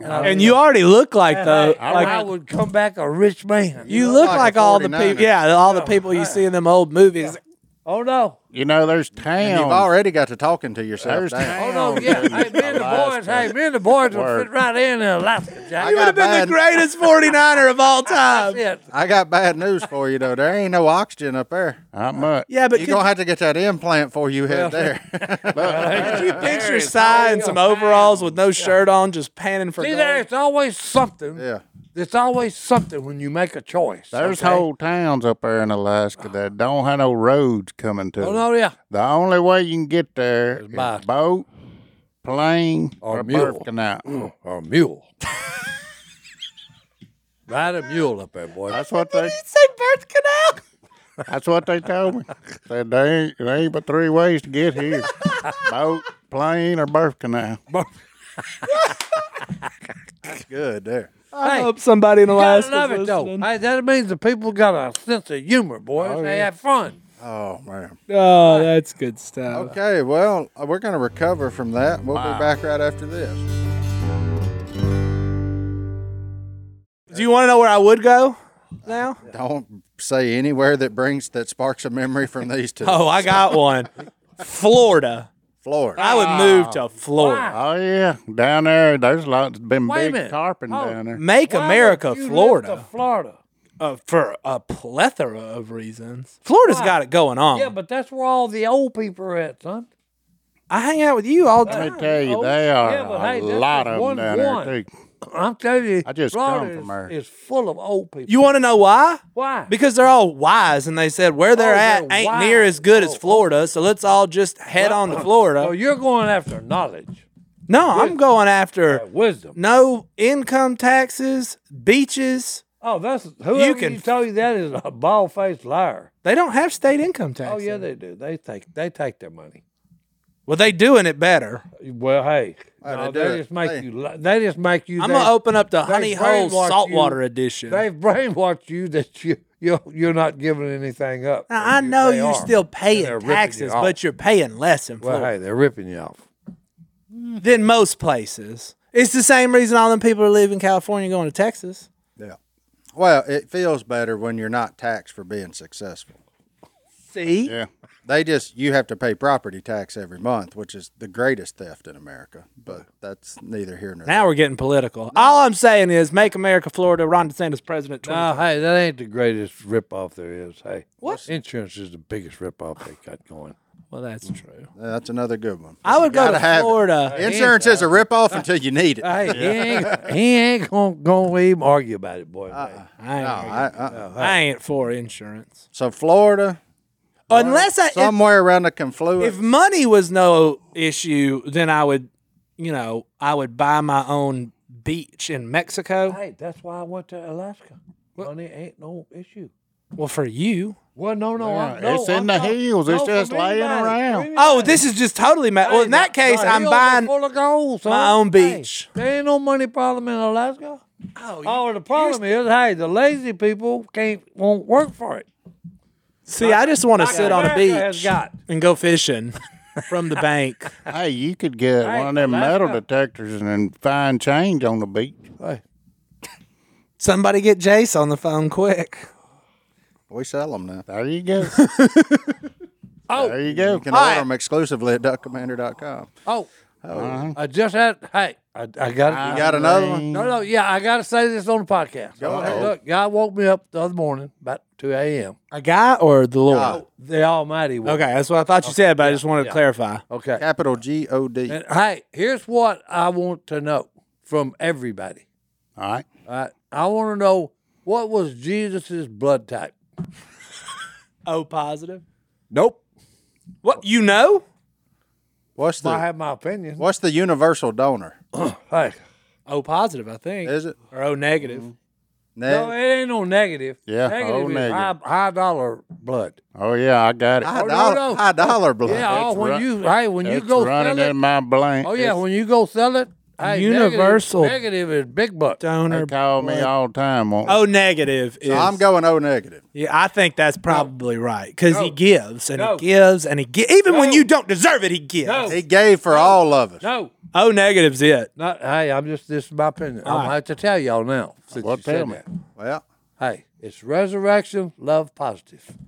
Speaker 4: Uh, And you already look like the
Speaker 3: I,
Speaker 4: like
Speaker 3: I would come back a rich man.
Speaker 4: you look
Speaker 1: like a
Speaker 4: like all the
Speaker 1: 49er.
Speaker 4: people. Yeah, all the people you see in them old movies.
Speaker 3: oh no,
Speaker 2: You know, there's towns.
Speaker 1: You've already got to talking to yourself.
Speaker 2: There's
Speaker 1: Damn.
Speaker 3: oh no,
Speaker 2: towns
Speaker 3: yeah. Hey,
Speaker 2: in
Speaker 3: me and the boys,
Speaker 2: Alaska.
Speaker 3: hey, me and the boys will
Speaker 2: Word.
Speaker 3: fit right in in Alaska,
Speaker 1: I
Speaker 3: Jack.
Speaker 4: You would
Speaker 1: got
Speaker 4: have been
Speaker 1: bad,
Speaker 4: the greatest 49er of all time.
Speaker 3: Shit.
Speaker 1: I got bad news for you though. There ain't no oxygen up there.
Speaker 2: Not much.
Speaker 4: Yeah, but
Speaker 1: You're
Speaker 4: could,
Speaker 1: gonna have to get that implant before you head there.
Speaker 4: could you picture Si in some overalls with no shirt on, just panning for
Speaker 3: See, there,
Speaker 4: gold?
Speaker 3: it's always something.
Speaker 1: yeah.
Speaker 3: It's always something when you make a choice.
Speaker 2: There's
Speaker 3: okay?
Speaker 2: whole towns up there in Alaska that don't have no roads coming to
Speaker 3: Oh
Speaker 2: them.
Speaker 3: no, yeah.
Speaker 2: The only way you can get there is
Speaker 3: by-
Speaker 2: boat, plane,
Speaker 3: Or
Speaker 2: or,
Speaker 3: mule. Mm.
Speaker 2: birth canal.
Speaker 3: or a mule. Ride a mule up there, boy.
Speaker 2: That's what they.
Speaker 4: Say birth canal.
Speaker 2: That's what they told me. Said there ain't, there ain't but three ways to get here: boat, plane, or birth canal.
Speaker 1: That's good there.
Speaker 4: I hope somebody in
Speaker 3: Gotta
Speaker 4: Alaska
Speaker 3: love it though. Hey, that means the people got a sense of humor, boy. they have fun.
Speaker 1: Oh man.
Speaker 4: Oh, that's good stuff.
Speaker 1: Okay, well, uh, we're gonna recover from that. We'll be back right after this.
Speaker 4: Do you want to know where I would go now?
Speaker 1: Don't say anywhere that brings that sparks a memory from these two.
Speaker 4: Oh, I got one. Florida.
Speaker 1: Florida.
Speaker 4: I would move to Florida.
Speaker 2: Oh yeah, down there. There's lots been
Speaker 3: Wait a
Speaker 2: big
Speaker 3: minute.
Speaker 2: tarpon
Speaker 3: Oh.
Speaker 2: down there.
Speaker 4: Make
Speaker 3: Why
Speaker 4: America
Speaker 3: would you live
Speaker 4: Florida
Speaker 3: to Florida.
Speaker 4: uh, for a plethora of reasons. Florida's got it going on.
Speaker 3: Yeah, but that's where all the old people are at, son.
Speaker 4: I hang out with you all
Speaker 2: Let
Speaker 4: time.
Speaker 2: me tell you,
Speaker 3: Oh,
Speaker 2: they are
Speaker 3: yeah, but hey,
Speaker 2: a
Speaker 3: that's
Speaker 2: lot
Speaker 3: just
Speaker 2: of
Speaker 3: one
Speaker 2: them down
Speaker 3: one.
Speaker 2: there too.
Speaker 3: I'm telling you,
Speaker 2: I just come
Speaker 3: Florida
Speaker 2: from
Speaker 3: is,
Speaker 2: there.
Speaker 3: is full of old people.
Speaker 4: You want to know why?
Speaker 3: Why?
Speaker 4: Because they're all wise and they said where they're
Speaker 3: Oh,
Speaker 4: at
Speaker 3: they're
Speaker 4: ain't
Speaker 3: wise.
Speaker 4: near as good
Speaker 3: Oh,
Speaker 4: as
Speaker 3: oh.
Speaker 4: Florida, so let's all just head on to
Speaker 3: so
Speaker 4: Florida.
Speaker 3: you're going after knowledge,
Speaker 4: No, I'm going after
Speaker 3: and wisdom.
Speaker 4: no income taxes, beaches.
Speaker 3: Oh, that's whoever you
Speaker 4: can-
Speaker 3: can tell you that is a bald faced liar.
Speaker 4: They don't have state income taxes.
Speaker 3: Oh yeah, they do. They take they take their money.
Speaker 4: Well, they doing it better.
Speaker 3: Well, hey,
Speaker 1: Hey,
Speaker 3: no,
Speaker 1: they
Speaker 3: they,
Speaker 1: do it.
Speaker 3: just make
Speaker 1: Hey.
Speaker 3: you. li- They just make you.
Speaker 4: I'm
Speaker 3: they,
Speaker 4: gonna open up the
Speaker 3: they
Speaker 4: Honey Hole
Speaker 3: brainwash
Speaker 4: Saltwater
Speaker 3: you.
Speaker 4: Edition.
Speaker 3: They've brainwashed you that you you're, you're not giving anything up.
Speaker 4: Now,
Speaker 3: And
Speaker 4: I know
Speaker 3: they
Speaker 4: you're
Speaker 3: are.
Speaker 4: still
Speaker 3: they're
Speaker 4: paying
Speaker 3: ripping you
Speaker 4: taxes,
Speaker 3: off.
Speaker 4: but you're paying less in
Speaker 3: Well,
Speaker 4: Florida
Speaker 3: hey, they're ripping you off.
Speaker 4: than most places. It's the same reason all them people are leaving California and going to Texas.
Speaker 1: Yeah. Well, it feels better when you're not taxed for being successful.
Speaker 4: See?
Speaker 2: Yeah,
Speaker 1: They just you have to pay property tax every month, which is the greatest theft in America. But that's neither here nor
Speaker 4: Now we're getting political. All I'm saying is make America Florida, Ron DeSantis president. 20.
Speaker 3: No, hey, that ain't the greatest rip off there is. Hey,
Speaker 4: What?
Speaker 3: Insurance is the biggest rip off they got going.
Speaker 4: well, that's true.
Speaker 1: there. Uh, That's another good one.
Speaker 4: I would go
Speaker 1: Gotta
Speaker 4: to
Speaker 1: have it.
Speaker 4: Florida.
Speaker 1: Insurance is a ripoff until you need it.
Speaker 3: Hey, he ain't he ain't gonna gonna even argue about it, boy.
Speaker 2: Uh-uh.
Speaker 4: I ain't,
Speaker 1: No, I, uh,
Speaker 4: I ain't for insurance.
Speaker 1: so Florida,
Speaker 4: Unless I, if,
Speaker 1: somewhere around the confluence.
Speaker 4: if money was no issue, then I would, you know, I would buy my own beach in Mexico.
Speaker 3: Hey, that's why I went to Alaska. Money ain't no issue.
Speaker 4: Well, for you.
Speaker 3: Well, no, no, I,
Speaker 2: Yeah,
Speaker 3: no
Speaker 2: it's in
Speaker 3: I'm
Speaker 2: the
Speaker 3: not-
Speaker 2: hills. It's
Speaker 3: for
Speaker 2: just
Speaker 3: me,
Speaker 2: laying
Speaker 3: man.
Speaker 2: around.
Speaker 3: For me,
Speaker 4: Oh,
Speaker 3: man.
Speaker 4: this is just totally ma- Well, in that
Speaker 3: Hey,
Speaker 4: case,
Speaker 3: the
Speaker 4: I'm
Speaker 3: hills are
Speaker 4: buying.
Speaker 3: full of gold, son.
Speaker 4: my own
Speaker 3: Hey,
Speaker 4: beach.
Speaker 3: there ain't no money problem in Alaska.
Speaker 4: Oh,
Speaker 3: Oh, the problem is, hey, the lazy people can't won't work for it.
Speaker 4: See, I just want to sit on a
Speaker 3: America has
Speaker 4: beach
Speaker 3: got.
Speaker 4: and go fishing from the bank.
Speaker 2: Hey, you could get
Speaker 3: Hey,
Speaker 2: one of them
Speaker 3: Alaska.
Speaker 2: metal detectors and then find change on the beach.
Speaker 3: Hey,
Speaker 4: Somebody get Jace on the phone quick.
Speaker 1: We sell them now.
Speaker 2: There you go. there you go.
Speaker 1: You can
Speaker 4: All
Speaker 1: order
Speaker 4: right.
Speaker 1: them exclusively at duckcommander.com.
Speaker 3: oh,
Speaker 2: Uh-huh.
Speaker 3: I just had. Hey, I, I got.
Speaker 1: You got another one?
Speaker 3: No, no, yeah, I gotta say this on the podcast.
Speaker 1: Go
Speaker 3: Okay,
Speaker 1: ahead.
Speaker 3: Look, God woke me up the other morning about two a.m.
Speaker 4: A guy or the Lord?
Speaker 3: The Almighty woke.
Speaker 4: Okay, that's what I thought you said, but I just wanted to clarify.
Speaker 3: Okay.
Speaker 1: Capital G O D.
Speaker 3: And, hey, here's what I want to know from everybody.
Speaker 2: All right.
Speaker 3: All right, I want to know what was Jesus's blood type.
Speaker 4: O positive.
Speaker 3: Nope.
Speaker 4: What you know?
Speaker 1: What's
Speaker 3: I
Speaker 1: the
Speaker 3: have my opinion.
Speaker 1: What's the universal donor?
Speaker 3: Hey,
Speaker 4: O positive, I think,
Speaker 1: Is it?
Speaker 4: or O negative.
Speaker 3: no,
Speaker 1: No,
Speaker 3: it ain't no negative.
Speaker 2: Yeah,
Speaker 3: negative
Speaker 2: oh,
Speaker 3: is
Speaker 2: negative.
Speaker 3: High, high dollar blood.
Speaker 2: Oh yeah, I got it.
Speaker 1: high,
Speaker 3: no,
Speaker 1: dollar,
Speaker 3: no.
Speaker 1: high dollar blood.
Speaker 3: Yeah, oh, when
Speaker 2: run-
Speaker 3: you hey, when you
Speaker 2: It's
Speaker 3: go
Speaker 2: running
Speaker 3: sell it,
Speaker 2: in my blank.
Speaker 3: oh yeah,
Speaker 2: It's-
Speaker 3: when you go sell it, hey, negative-
Speaker 4: Universal.
Speaker 3: negative, is big bucks.
Speaker 4: Donor.
Speaker 2: they call me all the time. Won't
Speaker 3: Oh.
Speaker 4: O negative is.
Speaker 1: So I'm going O negative.
Speaker 4: yeah, I think that's probably right because he
Speaker 3: No.
Speaker 4: gives and
Speaker 3: No.
Speaker 4: he gives and he gives. Even when
Speaker 3: No.
Speaker 4: you don't deserve it, he gives.
Speaker 3: No.
Speaker 1: He gave for all of us.
Speaker 3: No,
Speaker 4: O Oh, negative's it.
Speaker 3: not hey. I'm just this is my opinion. I'm gonna have to tell y'all now. since
Speaker 2: Well,
Speaker 3: you said
Speaker 2: tell me.
Speaker 3: that.
Speaker 1: Well,
Speaker 3: Hey, it's resurrection, love, positive.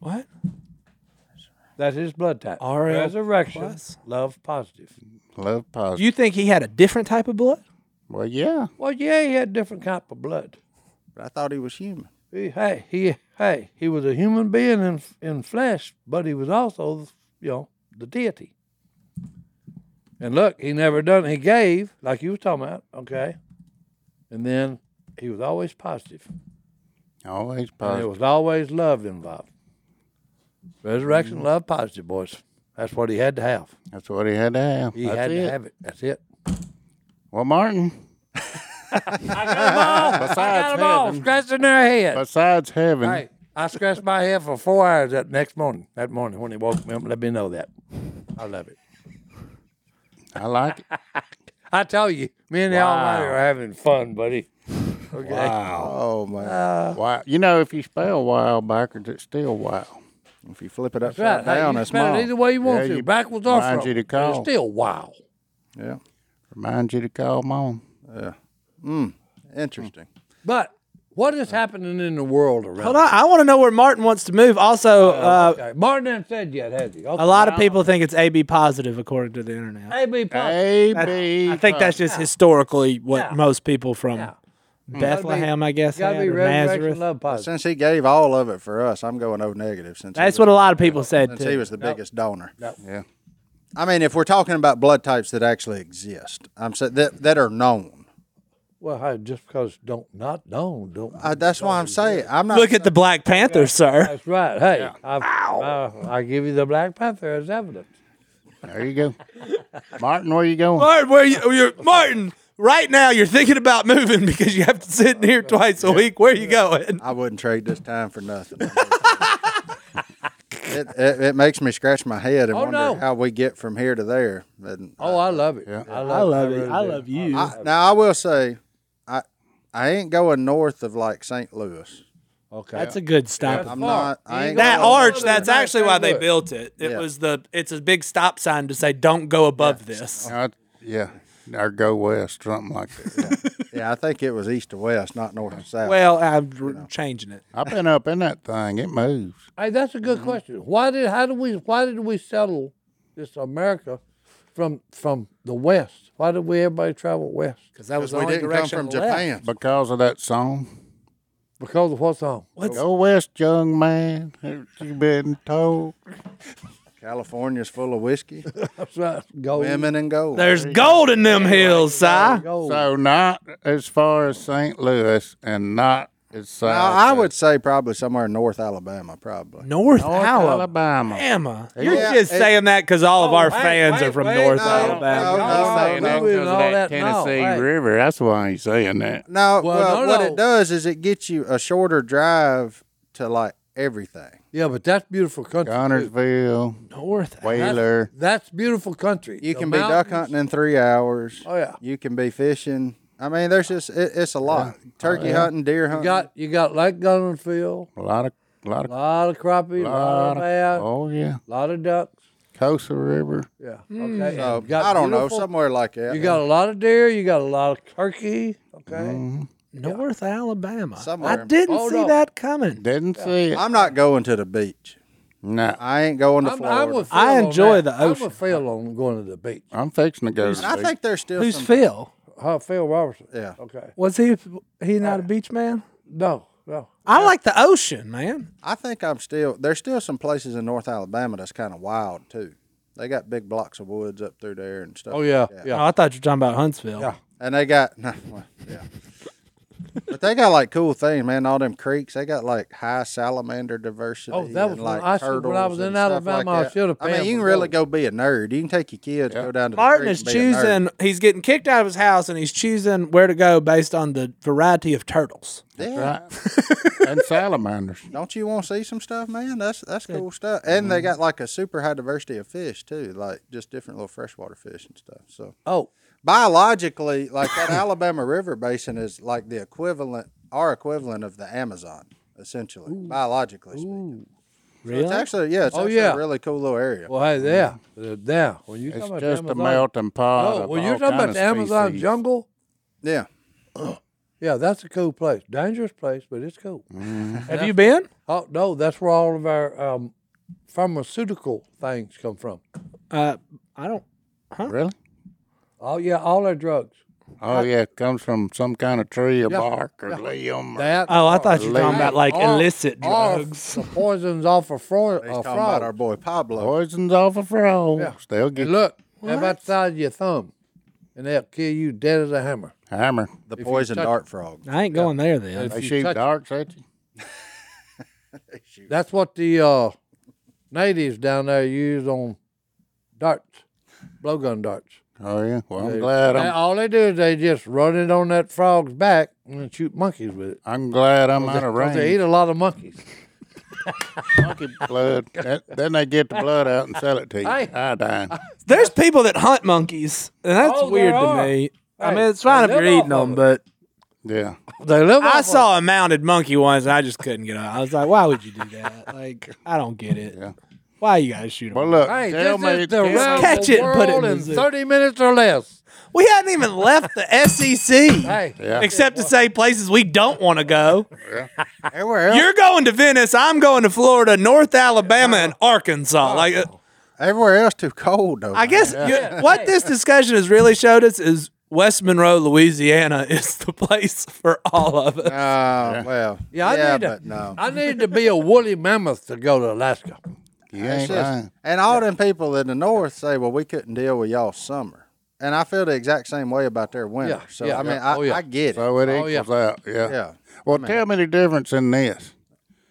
Speaker 4: What?
Speaker 3: That's his blood type.
Speaker 4: RL
Speaker 3: resurrection,
Speaker 4: plus?
Speaker 3: love, positive.
Speaker 2: love positive.
Speaker 4: You think he had a different type of blood?
Speaker 2: well, yeah.
Speaker 3: Well, yeah, he had different type of blood.
Speaker 1: I thought he was human.
Speaker 3: He, hey, he hey, he was a human being in in flesh, but he was also, you know, the deity. And look, he never done. He gave, like you was talking about, okay. And then he was always positive,
Speaker 2: Always
Speaker 3: and there
Speaker 2: positive.
Speaker 3: was always love involved. Resurrection, love, positive, boys. That's what he had to have.
Speaker 2: That's what he had to have.
Speaker 3: He
Speaker 2: That's
Speaker 3: had
Speaker 2: it.
Speaker 3: to have it. That's it.
Speaker 2: Well, Martin.
Speaker 3: I got them all scratching their head.
Speaker 2: Besides heaven,
Speaker 3: Hey, I scratched my head for four hours that next morning. That morning when he woke me up, let me know that. I love it.
Speaker 2: I like it.
Speaker 3: I tell you, me and the Almighty are having fun, buddy. Okay.
Speaker 1: Oh man!
Speaker 2: Wow. You know, if you spell wild backwards, it's still wild.
Speaker 1: if you flip it upside
Speaker 3: That's right. Hey,
Speaker 1: down,
Speaker 3: you
Speaker 1: it's
Speaker 3: spell it
Speaker 1: mom.
Speaker 3: either way you want
Speaker 2: Yeah,
Speaker 3: to,
Speaker 2: you-
Speaker 3: backwards or
Speaker 2: reminds
Speaker 3: front.
Speaker 2: you to call.
Speaker 3: It's still wow.
Speaker 1: Yeah.
Speaker 2: Remind you to call mom.
Speaker 1: Interesting.
Speaker 3: But what is happening in the world around?
Speaker 4: Hold on, I want to know where Martin wants to move. Also, uh,
Speaker 3: Oh, Okay. Martin hasn't said yet, has he? Okay.
Speaker 4: a lot of people think it's AB positive according to the internet.
Speaker 3: AB positive.
Speaker 2: A
Speaker 4: That-
Speaker 2: B.
Speaker 4: I think that's just historically what
Speaker 3: Yeah.
Speaker 4: most people from Mm-hmm.
Speaker 3: Yeah.
Speaker 4: Bethlehem, I guess,
Speaker 3: Gotta
Speaker 4: had,
Speaker 3: be
Speaker 4: or Nazareth.
Speaker 3: resurrection love positive.
Speaker 1: Since he gave all of it for us, I'm going O negative. Since
Speaker 4: That's
Speaker 1: he was,
Speaker 4: what a lot of people said
Speaker 1: since he
Speaker 4: too.
Speaker 1: was the biggest donor.
Speaker 2: Yeah.
Speaker 1: I mean, if we're talking about blood types that actually exist, I'm sa- that that are known.
Speaker 3: Well, hey, just because don't not know, don't.
Speaker 1: Uh, that's why I'm saying I'm not.
Speaker 4: Look at the Black Panther, sir.
Speaker 3: That's right. Hey, I've, uh, I give you the Black Panther as evidence.
Speaker 2: There you go. Martin, where you going?
Speaker 4: Martin, where you, you're, Martin? Right now, you're thinking about moving because you have to sit in here twice a week. Where are you going?
Speaker 1: I wouldn't trade this time for nothing. it, it, it makes me scratch my head and
Speaker 3: Oh,
Speaker 1: wonder
Speaker 3: no.
Speaker 1: how we get from here to there. And
Speaker 3: Oh, I love it.
Speaker 2: Yeah.
Speaker 3: I love,
Speaker 4: you.
Speaker 3: really do.
Speaker 4: you.
Speaker 1: I, now I will say, I I ain't going north of like St. Louis.
Speaker 3: Okay.
Speaker 4: That's a good stop.
Speaker 1: I'm
Speaker 3: far.
Speaker 1: not.
Speaker 3: You
Speaker 1: I
Speaker 3: ain't
Speaker 1: ain't
Speaker 4: that
Speaker 3: going
Speaker 1: going-
Speaker 4: arch,
Speaker 3: north.
Speaker 4: that's
Speaker 3: That's
Speaker 4: actually
Speaker 3: how
Speaker 4: why
Speaker 3: you
Speaker 4: they
Speaker 3: look.
Speaker 4: built it. It
Speaker 1: Yeah.
Speaker 4: was the it's a big stop sign to say don't go above this.
Speaker 2: Uh, yeah. Or go west, something like that. Yeah.
Speaker 1: Yeah, I think it was east to west, not north to south.
Speaker 4: Well, I'm r- changing it.
Speaker 2: I've been up in that thing. It moves.
Speaker 3: Hey, that's a good question. Why did how did we why did we settle this America from from the West? Why did we everybody travel west?
Speaker 4: Because that was
Speaker 1: Because
Speaker 4: the
Speaker 1: we
Speaker 4: only
Speaker 1: didn't come
Speaker 4: direction
Speaker 1: from
Speaker 4: left.
Speaker 1: Japan.
Speaker 2: Because of that song.
Speaker 3: Because of what song?
Speaker 2: Go west, young man. Haven't you been told?
Speaker 1: California's full of whiskey,
Speaker 3: That's right. Gold.
Speaker 1: women, and gold.
Speaker 4: There's gold in them hills, Si.
Speaker 3: Gold.
Speaker 2: So not as far as St. Louis and not as south.
Speaker 1: Now, I
Speaker 2: as
Speaker 1: would say probably somewhere in North Alabama, probably.
Speaker 4: North,
Speaker 2: North
Speaker 4: Alabama.
Speaker 2: Alabama.
Speaker 4: You're
Speaker 1: Yeah,
Speaker 4: just
Speaker 1: it-
Speaker 4: saying that because all of our
Speaker 3: hey,
Speaker 4: fans
Speaker 3: wait,
Speaker 4: are from
Speaker 3: wait,
Speaker 4: North
Speaker 3: no,
Speaker 4: Alabama.
Speaker 1: no,
Speaker 2: I'm
Speaker 1: no,
Speaker 2: saying that
Speaker 1: no.
Speaker 3: we
Speaker 2: because
Speaker 3: know
Speaker 2: of that,
Speaker 3: that now,
Speaker 2: Tennessee
Speaker 3: right.
Speaker 2: River. That's why he's saying that.
Speaker 1: No,
Speaker 3: Well,
Speaker 1: well,
Speaker 3: no,
Speaker 1: what
Speaker 3: no.
Speaker 1: it does is it gets you a shorter drive to like everything.
Speaker 3: Yeah, but that's beautiful country. too.
Speaker 2: Connorsville,
Speaker 4: North.
Speaker 2: Whaler.
Speaker 3: That's beautiful country.
Speaker 1: You
Speaker 3: The
Speaker 1: can be duck
Speaker 3: mountains-
Speaker 1: hunting in three hours.
Speaker 3: Oh, yeah.
Speaker 1: You can be fishing. I mean, there's just it, it's a lot. Turkey hunting, deer
Speaker 3: Oh, You
Speaker 1: hunting.
Speaker 3: got you got Lake Gunnerfield,
Speaker 2: A lot of, lot
Speaker 3: a
Speaker 2: of,
Speaker 3: lot of crappie, a lot,
Speaker 2: lot
Speaker 3: of
Speaker 2: of-
Speaker 3: bass,
Speaker 2: oh yeah,
Speaker 3: a lot of ducks.
Speaker 2: Coastal River.
Speaker 3: Yeah.
Speaker 4: Hmm.
Speaker 3: Okay.
Speaker 1: so,
Speaker 3: and you got
Speaker 1: uh, I don't know
Speaker 3: beautiful-
Speaker 1: somewhere like that.
Speaker 3: You got a lot of deer. You got a lot of turkey. Okay.
Speaker 4: North Alabama.
Speaker 1: Somewhere.
Speaker 4: I didn't
Speaker 3: Hold
Speaker 4: see
Speaker 3: on.
Speaker 4: that coming.
Speaker 2: Didn't see it.
Speaker 1: I'm not going to the beach.
Speaker 2: no,
Speaker 1: I ain't going to
Speaker 3: I'm,
Speaker 1: Florida.
Speaker 3: I'm with Phil
Speaker 4: I
Speaker 3: on
Speaker 4: enjoy
Speaker 3: that.
Speaker 4: the
Speaker 3: I'm
Speaker 4: ocean.
Speaker 3: with Phil on going to the beach.
Speaker 2: I'm fixing to go. to
Speaker 1: I
Speaker 2: the
Speaker 1: think there's still
Speaker 4: Who's
Speaker 1: some,
Speaker 4: Phil?
Speaker 3: Huh, Phil Robertson.
Speaker 1: Yeah.
Speaker 3: Okay.
Speaker 4: Was he he not a beach man?
Speaker 3: No. No.
Speaker 4: I like the ocean, man.
Speaker 1: I think I'm still there's still some places in North Alabama that's kind of wild too. They got big blocks of woods up through there and stuff.
Speaker 3: Oh yeah.
Speaker 1: like that.
Speaker 3: Yeah.
Speaker 4: Oh, I thought you were talking about Huntsville.
Speaker 3: Yeah.
Speaker 1: And they got no, well, yeah. But they got like cool things, man. All them creeks, they got like high salamander diversity.
Speaker 3: Oh, that was
Speaker 1: and,
Speaker 3: one
Speaker 1: like
Speaker 3: I should- when I
Speaker 1: turtles
Speaker 3: was in
Speaker 1: and stuff like
Speaker 3: Alabama, I
Speaker 1: that.
Speaker 3: should've
Speaker 1: I mean,
Speaker 3: paid
Speaker 1: you
Speaker 3: for
Speaker 1: can really
Speaker 3: those.
Speaker 1: go be a nerd. You can take your kids, go down to the creek
Speaker 4: Martin is
Speaker 1: and be a nerd.
Speaker 4: choosing. He's getting kicked out of his house, and he's choosing where to go based on the variety of turtles.
Speaker 1: Yeah.
Speaker 2: Right. and salamanders.
Speaker 1: Don't you want to see some stuff, man? That's that's cool stuff. And
Speaker 3: Mm-hmm.
Speaker 1: they got like a super high diversity of fish too, like just different little freshwater fish and stuff. So
Speaker 3: Oh.
Speaker 1: biologically, like that Alabama River basin is like the equivalent, our equivalent of the Amazon, essentially, biologically speaking.
Speaker 4: Really?
Speaker 1: It's actually, yeah, it's
Speaker 3: Oh,
Speaker 1: actually
Speaker 3: yeah.
Speaker 1: a really cool little area.
Speaker 3: Well, hey, there. There. When you
Speaker 2: It's
Speaker 3: talking about
Speaker 2: just
Speaker 3: the
Speaker 2: a
Speaker 3: Amazon,
Speaker 2: melting pot.
Speaker 3: Oh,
Speaker 2: of
Speaker 3: when you're
Speaker 2: all
Speaker 3: talking
Speaker 2: kind
Speaker 3: about
Speaker 2: of
Speaker 3: the Amazon
Speaker 2: species.
Speaker 3: jungle,
Speaker 1: yeah.
Speaker 3: yeah, that's a cool place. Dangerous place, but it's cool.
Speaker 4: Have you been?
Speaker 3: Oh no, that's where all of our um, pharmaceutical things come from.
Speaker 4: Uh, I don't.
Speaker 2: Really?
Speaker 3: Oh yeah, all our drugs.
Speaker 2: Oh yeah, it comes from some kind of tree or bark or limb. Or,
Speaker 3: That
Speaker 4: Oh, I thought you were talking
Speaker 2: Lady.
Speaker 4: about like
Speaker 3: or-
Speaker 4: illicit
Speaker 3: or
Speaker 4: drugs.
Speaker 3: The poisons off of fro-
Speaker 1: He's
Speaker 3: uh,
Speaker 1: talking about our
Speaker 3: frogs.
Speaker 1: boy Pablo.
Speaker 2: poison's off a frog.
Speaker 3: Yeah.
Speaker 2: They'll get
Speaker 3: And look, they're outside your thumb, and they'll kill you dead as a hammer.
Speaker 2: hammer.
Speaker 1: The poison
Speaker 3: touch-
Speaker 1: dart frog.
Speaker 4: I ain't going there then.
Speaker 3: If
Speaker 2: They
Speaker 3: you
Speaker 2: shoot
Speaker 3: touch-
Speaker 2: darts at you.
Speaker 3: That's what the uh, natives down there use on darts, blowgun darts.
Speaker 2: Oh yeah. Well, I'm glad
Speaker 3: They-
Speaker 2: I'm.
Speaker 3: all they do is they just run it on that frog's back and shoot monkeys with it.
Speaker 2: I'm glad I'm
Speaker 3: 'Cause
Speaker 2: out of
Speaker 3: they- 'cause They eat
Speaker 2: range.
Speaker 3: a lot of monkeys.
Speaker 2: Monkey blood. That- then they get the blood out and sell it to you.
Speaker 3: Hey.
Speaker 2: Iodine.
Speaker 4: There's people that hunt monkeys, and that's
Speaker 3: Oh, there
Speaker 4: weird to
Speaker 3: are.
Speaker 4: me. I
Speaker 3: Hey,
Speaker 4: mean, it's fine if
Speaker 3: they
Speaker 4: you're
Speaker 3: live
Speaker 4: eating
Speaker 3: off
Speaker 4: them,
Speaker 3: of
Speaker 4: but
Speaker 2: Yeah.
Speaker 3: They live. off
Speaker 4: I
Speaker 3: of
Speaker 4: saw a mounted monkey once, and I just couldn't get up. I was like, "Why would you do that? Like, I don't get it.
Speaker 2: Yeah.
Speaker 4: Why you gotta shoot 'em?
Speaker 2: Well, look.
Speaker 3: Hey,
Speaker 2: tell
Speaker 3: this
Speaker 2: me.
Speaker 3: is the
Speaker 2: tell me-
Speaker 3: round
Speaker 4: Catch
Speaker 3: the
Speaker 4: it and put it in
Speaker 3: world
Speaker 4: the
Speaker 3: in
Speaker 4: zoo.
Speaker 3: 30 minutes or less.
Speaker 4: We hadn't even left the SEC,
Speaker 3: Hey,
Speaker 2: Yeah.
Speaker 4: except to say places we don't want to go.
Speaker 1: Everywhere else,
Speaker 4: You're going to Venice. I'm going to Florida, North Alabama, and
Speaker 2: Oh.
Speaker 4: Arkansas. Like, uh,
Speaker 1: everywhere else too cold though.
Speaker 4: I guess you- what this discussion has really showed us is West Monroe, Louisiana, is the place for all of us.
Speaker 1: Oh well.
Speaker 3: yeah, I need
Speaker 1: but
Speaker 3: to,
Speaker 1: no.
Speaker 3: I need to be a woolly mammoth to go to Alaska.
Speaker 2: You
Speaker 1: It's
Speaker 2: ain't
Speaker 1: just-
Speaker 2: lying.
Speaker 1: and all them people in the north say, "Well, we couldn't deal with y'all summer," and I feel the exact same way about their winter.
Speaker 3: Yeah,
Speaker 1: so
Speaker 3: yeah.
Speaker 1: I mean,
Speaker 3: Yeah.
Speaker 1: I,
Speaker 3: Oh, yeah.
Speaker 1: I get it.
Speaker 2: So it
Speaker 3: Oh, yeah.
Speaker 2: equals out. Yeah.
Speaker 1: yeah.
Speaker 2: Well, tell me the difference in this.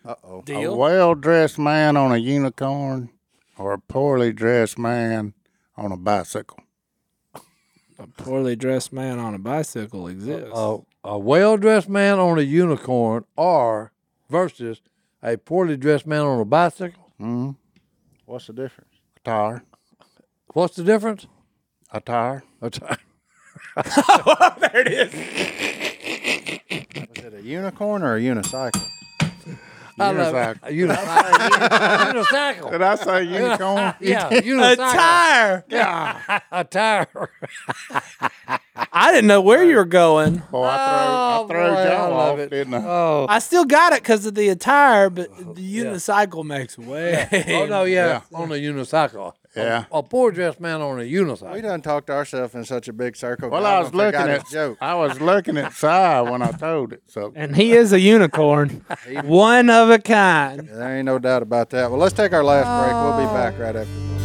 Speaker 1: Uh oh.
Speaker 2: A well dressed man on a unicorn or a poorly dressed man on a bicycle.
Speaker 4: A poorly dressed man on a bicycle exists.
Speaker 3: A, a well dressed man on a unicorn or versus a poorly dressed man on a bicycle.
Speaker 1: What's the difference?
Speaker 2: A tire.
Speaker 3: What's the difference?
Speaker 2: A tire.
Speaker 3: A t-
Speaker 4: there it is.
Speaker 1: Is it a unicorn or a unicycle?
Speaker 3: I love-
Speaker 2: Unicycle.
Speaker 3: A unicycle. unicycle.
Speaker 2: Did I say unicorn?
Speaker 3: Yeah,
Speaker 4: A
Speaker 3: unicycle.
Speaker 4: tire.
Speaker 3: A tire.
Speaker 4: I didn't know where you were going.
Speaker 2: Boy, I
Speaker 3: Oh,
Speaker 2: threw, I threw
Speaker 3: boy, I
Speaker 2: y'all
Speaker 3: love
Speaker 2: off,
Speaker 3: it.
Speaker 2: didn't I?
Speaker 3: Oh.
Speaker 4: I still got it because of the attire, but the unicycle makes way.
Speaker 3: Oh no, yeah, on a unicycle. A-
Speaker 2: Yeah.
Speaker 3: A, poor dressed man on a
Speaker 1: We
Speaker 3: unicycle.
Speaker 1: done talked ourselves in such a big circle.
Speaker 2: Well, I was
Speaker 1: done
Speaker 2: looking
Speaker 1: forgot
Speaker 2: at
Speaker 1: his joke.
Speaker 2: I was looking at Si when I told it. So
Speaker 4: And he is a unicorn, one of a kind.
Speaker 1: There ain't no doubt about that. Well, let's take our last break. We'll be back right after. this.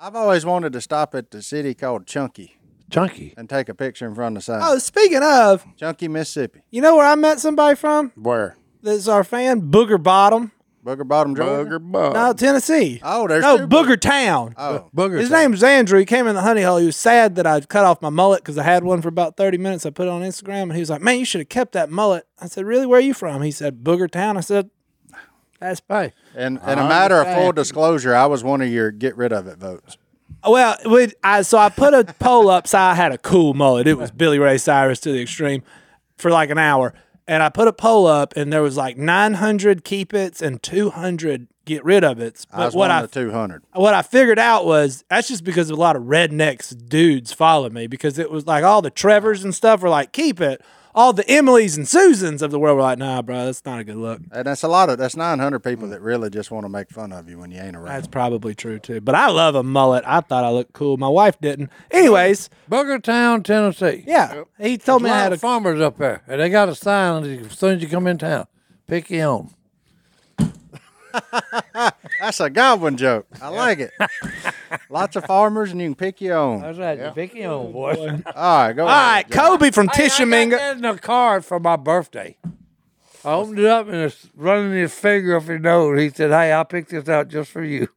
Speaker 1: I've always wanted to stop at the city called Chunky
Speaker 3: Chunky.
Speaker 1: and take a picture in front of the sign.
Speaker 4: Oh, speaking of,
Speaker 1: Chunky, Mississippi.
Speaker 4: you know where I met somebody from?
Speaker 2: where?
Speaker 4: That's our fan, Booger Bottom.
Speaker 1: Booger Bottom Georgia.
Speaker 2: Bugger bug.
Speaker 4: No, Tennessee.
Speaker 1: Oh, there's
Speaker 4: no
Speaker 1: two
Speaker 4: Booger Town.
Speaker 1: Oh,
Speaker 3: Booger.
Speaker 4: His
Speaker 3: time.
Speaker 4: name's Andrew. He came in the honey hole. He was sad that I cut off my mullet because I had one for about 30 minutes. I put it on Instagram and he was like, Man, you should have kept that mullet. I said, Really? Where are you from? He said, Booger Town. I said, That's
Speaker 3: Hey,
Speaker 1: and in a matter of full disclosure, I was one of your get rid of it votes.
Speaker 4: Well, we, I, so I put a poll up. So I had a cool mullet. It was Billy Ray Cyrus to the extreme for like an hour. And I put a poll up, and there was like 900 keep its and 200 get rid of its.
Speaker 1: I was
Speaker 4: But what
Speaker 1: one
Speaker 4: I,
Speaker 1: of the two hundred.
Speaker 4: what I figured out was that's just because a lot of rednecks dudes follow me because it was like all the Trevors and stuff were like, keep it. All the Emilys and Susans of the world were like, nah, bro, that's not a good look.
Speaker 1: And that's a lot of that's nine hundred people that really just want to make fun of you when you ain't around.
Speaker 4: That's probably true too. But I love a mullet. I thought I looked cool. My wife didn't. Anyways,
Speaker 3: Booger Town, Tennessee.
Speaker 4: yeah, he told me I
Speaker 3: lot
Speaker 4: had
Speaker 3: of
Speaker 4: a
Speaker 3: farmers up there, and they got a sign as soon as you come in town. Pick you on.
Speaker 1: That's a goblin joke. I like it. Lots of farmers, and you can pick your own.
Speaker 3: That's right. Pick you on, boy.
Speaker 1: All right, go.
Speaker 4: All right, Kobe from
Speaker 3: I got
Speaker 4: Tishomingo.
Speaker 3: that in a card for my birthday. I opened it up and it's running his finger up his nose. He said, "Hey, I picked this out just for you."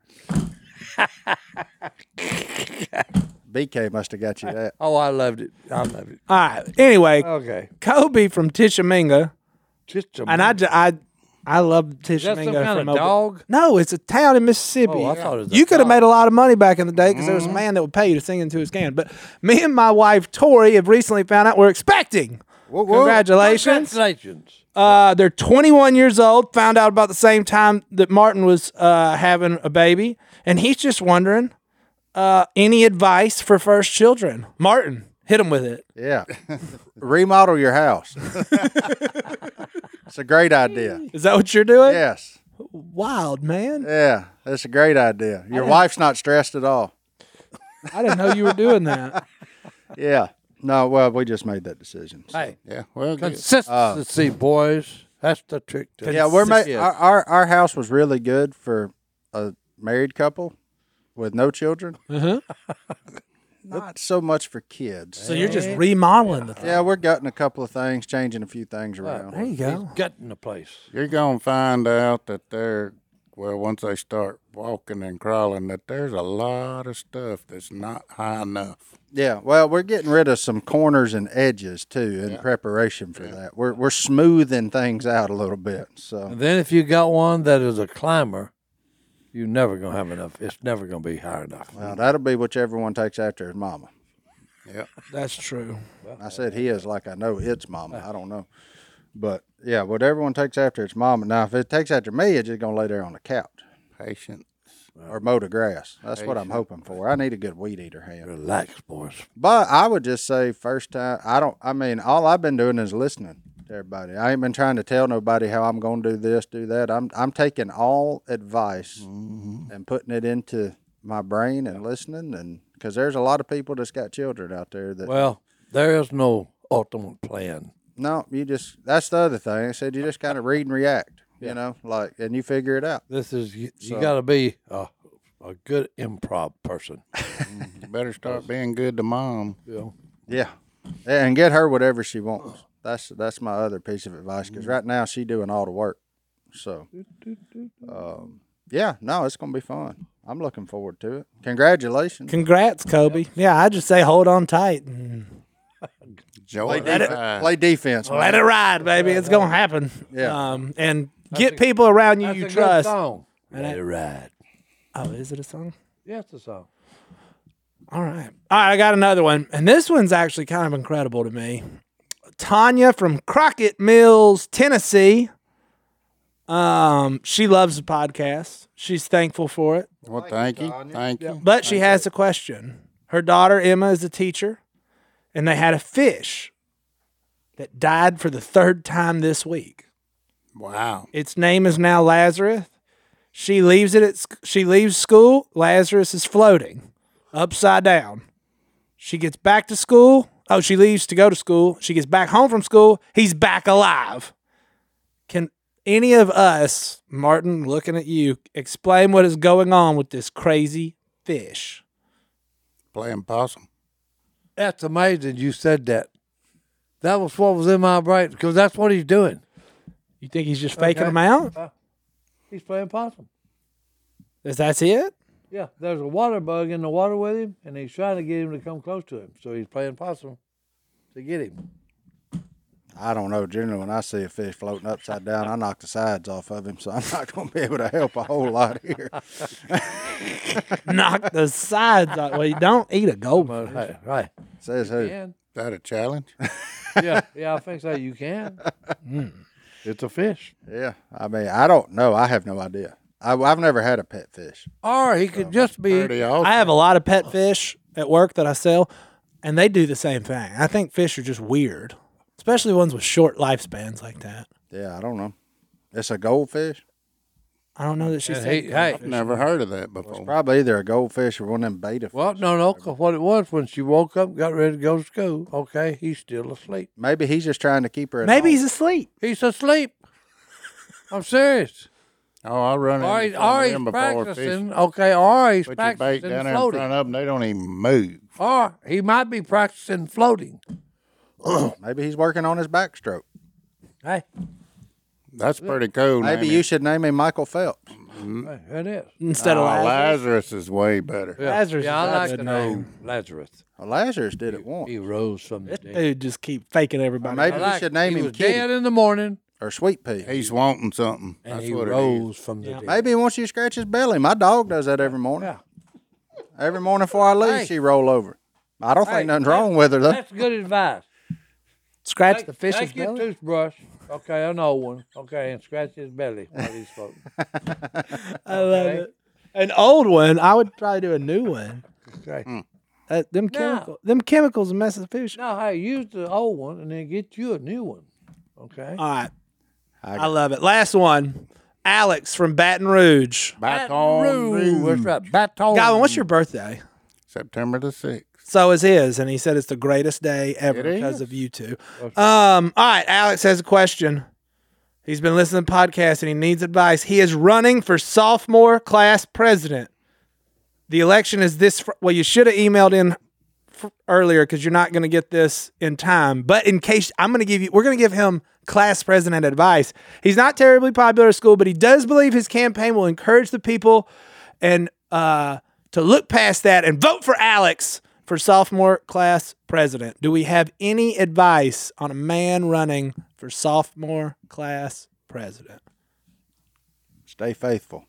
Speaker 1: BK must have got you that.
Speaker 3: Oh, I loved it. I loved it.
Speaker 4: All right. Anyway,
Speaker 3: Okay,
Speaker 4: Kobe from Tishomingo,
Speaker 3: just a
Speaker 4: and I, ju- I, I love
Speaker 3: That's
Speaker 4: Tishomingo
Speaker 3: some kind
Speaker 4: from
Speaker 3: of
Speaker 4: over-
Speaker 3: dog.
Speaker 4: No, it's a town in Mississippi.
Speaker 3: Oh, I thought it was a
Speaker 4: you could have
Speaker 3: dog. Mm-hmm.
Speaker 4: made a lot of money back in the day because there was a man that would pay you to sing into his can. But me and my wife Tori have recently found out we're expecting. Congratulations.
Speaker 3: Congratulations.
Speaker 4: Uh, they're 21 years old. Found out about the same time that Martin was uh, having a baby, and he's just wondering uh, any advice for first children. Martin, hit him with it.
Speaker 1: Yeah. Remodel your house. it's a great idea.
Speaker 4: Is that what you're doing?
Speaker 1: Yes.
Speaker 4: Wild man.
Speaker 1: Yeah. That's a great idea. Your wife's not stressed at all.
Speaker 4: I didn't know you were doing that.
Speaker 1: Yeah. No, well, we just made that decision. so.
Speaker 3: Hey,
Speaker 2: Yeah. Well, good.
Speaker 3: consistency, boys. That's the trick. To
Speaker 1: Yeah, we're ma-
Speaker 4: Yes.
Speaker 1: our, our our house was really good for a married couple with no children.
Speaker 4: Mm-hmm.
Speaker 1: not so much for kids.
Speaker 4: So you're just remodeling the thing.
Speaker 1: yeah, we're gutting a couple of things, changing a few things around.
Speaker 4: There you
Speaker 3: He's
Speaker 4: go.
Speaker 3: gutting the place.
Speaker 2: You're gonna find out that they're well once they start walking and crawling that there's a lot of stuff that's not high enough.
Speaker 1: Yeah, well, we're getting rid of some corners and edges too in preparation for that. We're we're smoothing things out a little bit. So
Speaker 3: And then if you got one that is a climber, you're never gonna have enough. It's never gonna be high enough.
Speaker 4: Mm-hmm.
Speaker 1: well, uh, that'll be whichever one takes after his mama.
Speaker 2: Yep.
Speaker 4: That's true.
Speaker 1: I said he is like I know it's
Speaker 4: Uh.
Speaker 1: mama. I don't know, but yeah, whatever one takes after its mama. Now, if it takes after me, it's just gonna lay there on the couch
Speaker 2: Patient.
Speaker 1: or mow the grass. That's what I'm hoping for. I need a good weed eater hand.
Speaker 3: Relax, boys.
Speaker 1: But I would just say first time. I don't. I mean, all I've been doing is listening to everybody. I ain't been trying to tell nobody how I'm gonna do this, do that. I'm I'm taking all advice and putting it into my brain and listening and because there's a lot of people that's got children out there that
Speaker 3: Well, there is no ultimate plan.
Speaker 1: No, you just that's the other thing. I said you just kind of read and react, you know, like and you figure it out.
Speaker 3: This is you, you
Speaker 1: So-
Speaker 3: got to be a, a good improv person.
Speaker 2: You better start being good to mom.
Speaker 3: You know?
Speaker 1: Yeah, and get her whatever she wants. That's that's my other piece of advice because right now she doing all the work. So, um, yeah, no, it's gonna be fun. I'm looking forward to it. Congratulations.
Speaker 4: Congrats, Kobe. Yeah, I just say hold on tight and
Speaker 1: Play,
Speaker 2: Joy.
Speaker 1: play defense. man.
Speaker 4: let it ride, baby. It's gonna happen.
Speaker 1: Yeah.
Speaker 4: Um, and get people around you
Speaker 3: That's a
Speaker 4: you
Speaker 3: good
Speaker 4: trust.
Speaker 3: song. Let it ride.
Speaker 4: Oh, is it a song?
Speaker 3: Yeah, it's a song.
Speaker 4: All right. All right, I got another one. And this one's actually kind of incredible to me. Tanya from Crockett Mills, Tennessee. Um, she loves the podcast. She's thankful for it.
Speaker 2: Well, thank you. Thank you.
Speaker 4: But she has a question. Her daughter Emma is a teacher, and they had a fish that died for the third time this week.
Speaker 2: Wow.
Speaker 4: Its name is now Lazarus. She leaves it at sc- she leaves school. Lazarus is floating upside down. She gets back to school. Oh, she leaves to go to school. She gets back home from school. He's back alive. Can any of us, Martin, looking at you, explain what is going on with this crazy fish?
Speaker 2: Playing possum.
Speaker 3: That's amazing. You said that. That was what was in my brain because that's what he's doing.
Speaker 4: You think he's just faking them out?
Speaker 3: Uh, He's playing possum.
Speaker 4: Is that's it?
Speaker 3: Yeah, there's a water bug in the water with him, and he's trying to get him to come close to him. So he's playing possum to get him.
Speaker 1: I don't know. Generally, when I see a fish floating upside down, I knock the sides off of him, so I'm not going to be able to help a whole lot here.
Speaker 4: Knock the sides out. Well, you don't eat a goldfish.
Speaker 3: Right, right.
Speaker 1: Says who?
Speaker 3: Can.
Speaker 2: that a challenge?
Speaker 3: Yeah, yeah, I think so. You can. It's a fish.
Speaker 1: Yeah. I mean, I don't know. I have no idea. I, have never had a pet fish.
Speaker 3: Or he could just be.
Speaker 2: Pretty awesome.
Speaker 4: I have a lot of pet fish at work that I sell, and they do the same thing. I think fish are just weird, especially ones with short lifespans like that.
Speaker 1: Yeah, I don't know. It's a goldfish.
Speaker 4: I don't know that she
Speaker 3: and
Speaker 4: said.
Speaker 3: he- hey,
Speaker 2: Never heard of that before.
Speaker 1: Probably either a goldfish or one of them beta fish.
Speaker 3: well, no, no. 'cause what it was when she woke up, got ready to go to school. Okay, he's still asleep.
Speaker 1: Maybe he's just trying to keep her. at
Speaker 4: Maybe
Speaker 1: home.
Speaker 4: he's asleep.
Speaker 3: He's asleep. I'm serious.
Speaker 2: oh, I run
Speaker 3: Or,
Speaker 2: into
Speaker 3: he's,
Speaker 2: some of
Speaker 3: or he's
Speaker 2: them before fishing.
Speaker 3: practicing. Okay, or he's
Speaker 2: Put your bait
Speaker 3: practicing
Speaker 2: down there in
Speaker 3: floating.
Speaker 2: front of them. They don't even move.
Speaker 3: Or he might be practicing floating.
Speaker 1: Maybe he's working on his backstroke.
Speaker 3: Hey,
Speaker 2: That's pretty cool.
Speaker 1: Maybe you should name him Michael Phelps.
Speaker 3: Mm. hey, it is.
Speaker 4: Instead of
Speaker 2: uh, Lazarus.
Speaker 4: Lazarus.
Speaker 2: is way better.
Speaker 4: Lazarus
Speaker 3: Yeah,
Speaker 4: is
Speaker 3: I
Speaker 4: not
Speaker 3: like
Speaker 4: a
Speaker 3: the
Speaker 4: good
Speaker 3: name Lazarus.
Speaker 1: Well, Lazarus did it once.
Speaker 3: He rose from the dead.
Speaker 4: Dude, just keep faking everybody.
Speaker 1: Maybe
Speaker 3: I
Speaker 1: we
Speaker 3: like
Speaker 1: should
Speaker 3: it.
Speaker 1: name
Speaker 3: he
Speaker 1: him
Speaker 3: was
Speaker 1: Kitty.
Speaker 3: dead in the morning,
Speaker 1: Or Sweet Pea.
Speaker 2: He's wanting something.
Speaker 3: and
Speaker 2: That's
Speaker 3: he
Speaker 2: what it is.
Speaker 3: rose from the dead.
Speaker 1: Maybe he wants you to scratch his belly. My dog does that every morning.
Speaker 3: Yeah.
Speaker 1: Every morning before I leave,
Speaker 3: Hey.
Speaker 1: she roll over. I don't
Speaker 3: Hey,
Speaker 1: think nothing's wrong with her though.
Speaker 3: That's good advice.
Speaker 4: Scratch
Speaker 3: Take,
Speaker 4: the fish's
Speaker 3: take your
Speaker 4: belly.
Speaker 3: toothbrush, okay, an old one, okay, and scratch his belly while he's floating.
Speaker 4: I love it. An old one. I would probably do a new one.
Speaker 3: Okay.
Speaker 4: Uh, them chemical, them chemicals mess with fish.
Speaker 3: No, hey, use the old one and then get you a new one. Okay.
Speaker 4: All right, I love it. Last one, Alex from Baton Rouge.
Speaker 2: Back on
Speaker 3: Ooh,
Speaker 2: Rouge.
Speaker 3: that's right. Baton.
Speaker 4: Godwin, what's your birthday?
Speaker 2: September the 6th.
Speaker 4: So is his, and he said it's the greatest day ever
Speaker 2: It
Speaker 4: because of you two. Um, all right, Alex has a question. He's been listening to the podcast and he needs advice. He is running for sophomore class president. The election is this. Fr- well, you should have emailed in f- earlier because you're not going to get this in time. But in case I'm going to give you, we're going to give him class president advice. He's not terribly popular at school, but he does believe his campaign will encourage the people and uh, to look past that and vote for Alex for sophomore class president. Do we have any advice on a man running for sophomore class president?
Speaker 1: Stay faithful.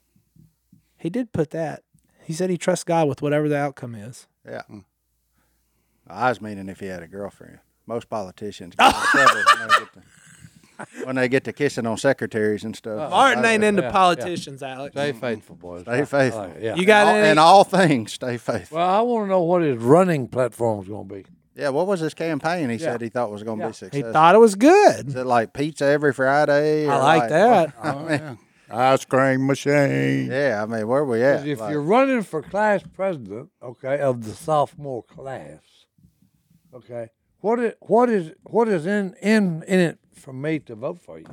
Speaker 4: He did put that. He said he trusts God with whatever the outcome is.
Speaker 1: Yeah. I was meaning if he had a girlfriend. Most politicians get in trouble when they get to- when they get to kissing on secretaries and stuff.
Speaker 4: Martin ain't into
Speaker 3: yeah, yeah.
Speaker 4: politicians, Alex.
Speaker 3: Stay faithful, boys.
Speaker 1: Stay faithful.
Speaker 3: I like it, yeah.
Speaker 4: You got
Speaker 1: In all-
Speaker 4: any?
Speaker 1: in all things, stay faithful.
Speaker 3: well, I want to know what his running platform is going to be.
Speaker 1: yeah, what was his campaign he said he thought was going to
Speaker 3: Yeah.
Speaker 1: be
Speaker 4: he
Speaker 3: He
Speaker 1: successful?
Speaker 4: thought it was good.
Speaker 1: Is it like pizza every Friday?
Speaker 4: I
Speaker 1: or
Speaker 4: like that.
Speaker 2: Oh, yeah. Ice cream machine.
Speaker 1: Yeah, I mean, where we at?
Speaker 3: if
Speaker 1: Like,
Speaker 3: you're running for class president, okay, of the sophomore class, okay, what is what is what is in in in it for me to vote for you?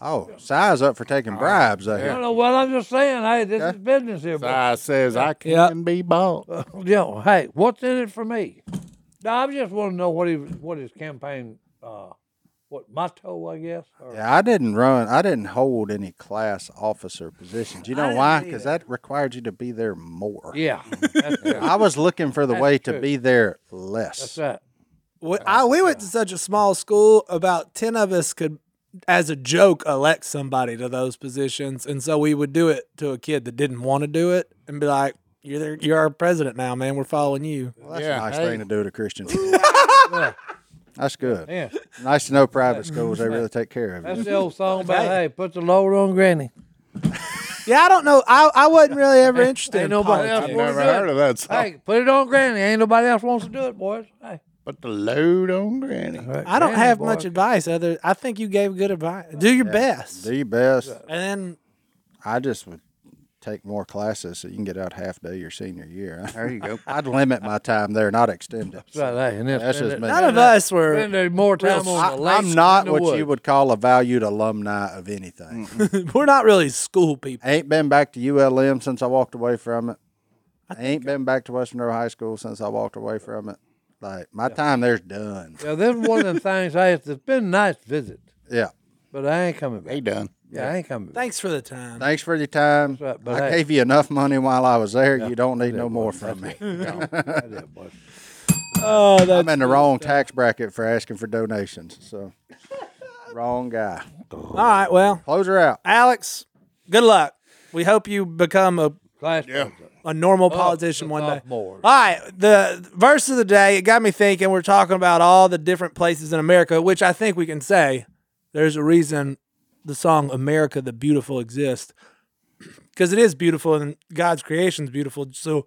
Speaker 1: oh, size up for taking bribes out
Speaker 3: I don't
Speaker 1: here.
Speaker 3: know. Well, I'm just saying, hey, this is business here. bro.
Speaker 2: I says I can
Speaker 4: Yeah.
Speaker 2: be bought.
Speaker 3: Yeah, hey, what's in it for me? No, I just want to know what his what his campaign, uh, what motto, I guess. Or,
Speaker 1: Yeah, I didn't run. I didn't hold any class officer positions. You know why? Because that required you to be there more.
Speaker 3: yeah, that's, it.
Speaker 1: I was looking for the
Speaker 3: That's
Speaker 1: way to
Speaker 3: true.
Speaker 1: be there
Speaker 3: that's
Speaker 1: less.
Speaker 3: that.
Speaker 4: We, I, we went to such a small school, about 10 of us could, as a joke, elect somebody to those positions. And so we would do it to a kid that didn't want to do it and be like, you're, there, you're our president now, man. We're following you.
Speaker 1: Well, that's
Speaker 2: Yeah,
Speaker 1: a nice
Speaker 2: hey.
Speaker 1: thing to do to Christians. That's good.
Speaker 3: Yeah,
Speaker 1: Nice to know private schools. They really take care of you.
Speaker 3: that's the old song about hey, put the load on Granny.
Speaker 4: Yeah, I don't know. I, I wasn't really ever interested in
Speaker 3: Ain't nobody
Speaker 4: politics.
Speaker 3: else
Speaker 2: I've
Speaker 3: wanna
Speaker 2: never
Speaker 3: do it.
Speaker 2: heard of that
Speaker 1: Oh.
Speaker 2: song.
Speaker 3: Hey, put it on Granny. Ain't nobody else wants to do it, boys. Hey,
Speaker 2: Put the load on Granny.
Speaker 3: Uh-huh.
Speaker 4: I don't
Speaker 3: Granny,
Speaker 4: have
Speaker 3: boy.
Speaker 4: much advice other. I think you gave good advice. Do your best.
Speaker 1: Do your best.
Speaker 4: and then
Speaker 1: I just would take more classes so you can get out half day your senior year.
Speaker 2: There you go.
Speaker 1: I'd limit my time there, not extend it.
Speaker 3: That's right, hey, and that's,
Speaker 1: That's just me.
Speaker 4: none of us were.
Speaker 3: Spending more time
Speaker 4: Real
Speaker 3: on the
Speaker 1: I,
Speaker 3: lake.
Speaker 1: am not
Speaker 3: than the
Speaker 1: what you
Speaker 3: woods.
Speaker 1: would call a valued alumni of anything.
Speaker 4: We're not really school people.
Speaker 1: I ain't been back to ULM since I walked away from it. I ain't been back to Western Row High School since I walked away from it. Like my time there's done.
Speaker 3: Yeah, this is one of the things. Hey, it's been a nice visit.
Speaker 1: Yeah.
Speaker 3: But I ain't coming back.
Speaker 2: He done.
Speaker 3: Yeah, I ain't coming back.
Speaker 4: Thanks for the time.
Speaker 1: Thanks for your time.
Speaker 3: That's right, but
Speaker 1: I
Speaker 3: hey-
Speaker 1: gave you enough money while I was there. you don't need no more from me.
Speaker 3: I did, boy.
Speaker 4: Oh, that's
Speaker 1: I'm in the wrong tax bracket for asking for donations. So, wrong guy.
Speaker 4: all right. Well,
Speaker 1: Close her out.
Speaker 4: Alex, good luck. We hope you become a
Speaker 3: Class comes up.
Speaker 4: a normal politician
Speaker 3: the
Speaker 4: one day.
Speaker 3: sophomores.
Speaker 4: All right, the verse of the day, it got me thinking. We're talking about all the different places in America, which I think we can say there's a reason the song America the Beautiful exists because it is beautiful and God's creation is beautiful. So,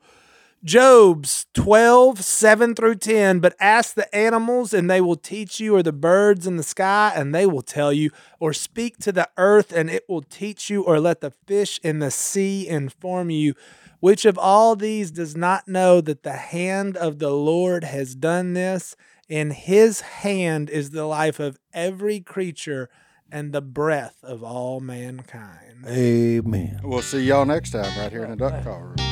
Speaker 4: Job's 12, 7 through 10, but ask the animals and they will teach you, or the birds in the sky and they will tell you, or speak to the earth and it will teach you, or let the fish in the sea inform you. Which of all these does not know that the hand of the Lord has done this? In his hand is the life of every creature and the breath of all mankind.
Speaker 3: Amen.
Speaker 1: We'll see y'all next time right here in the duck call room.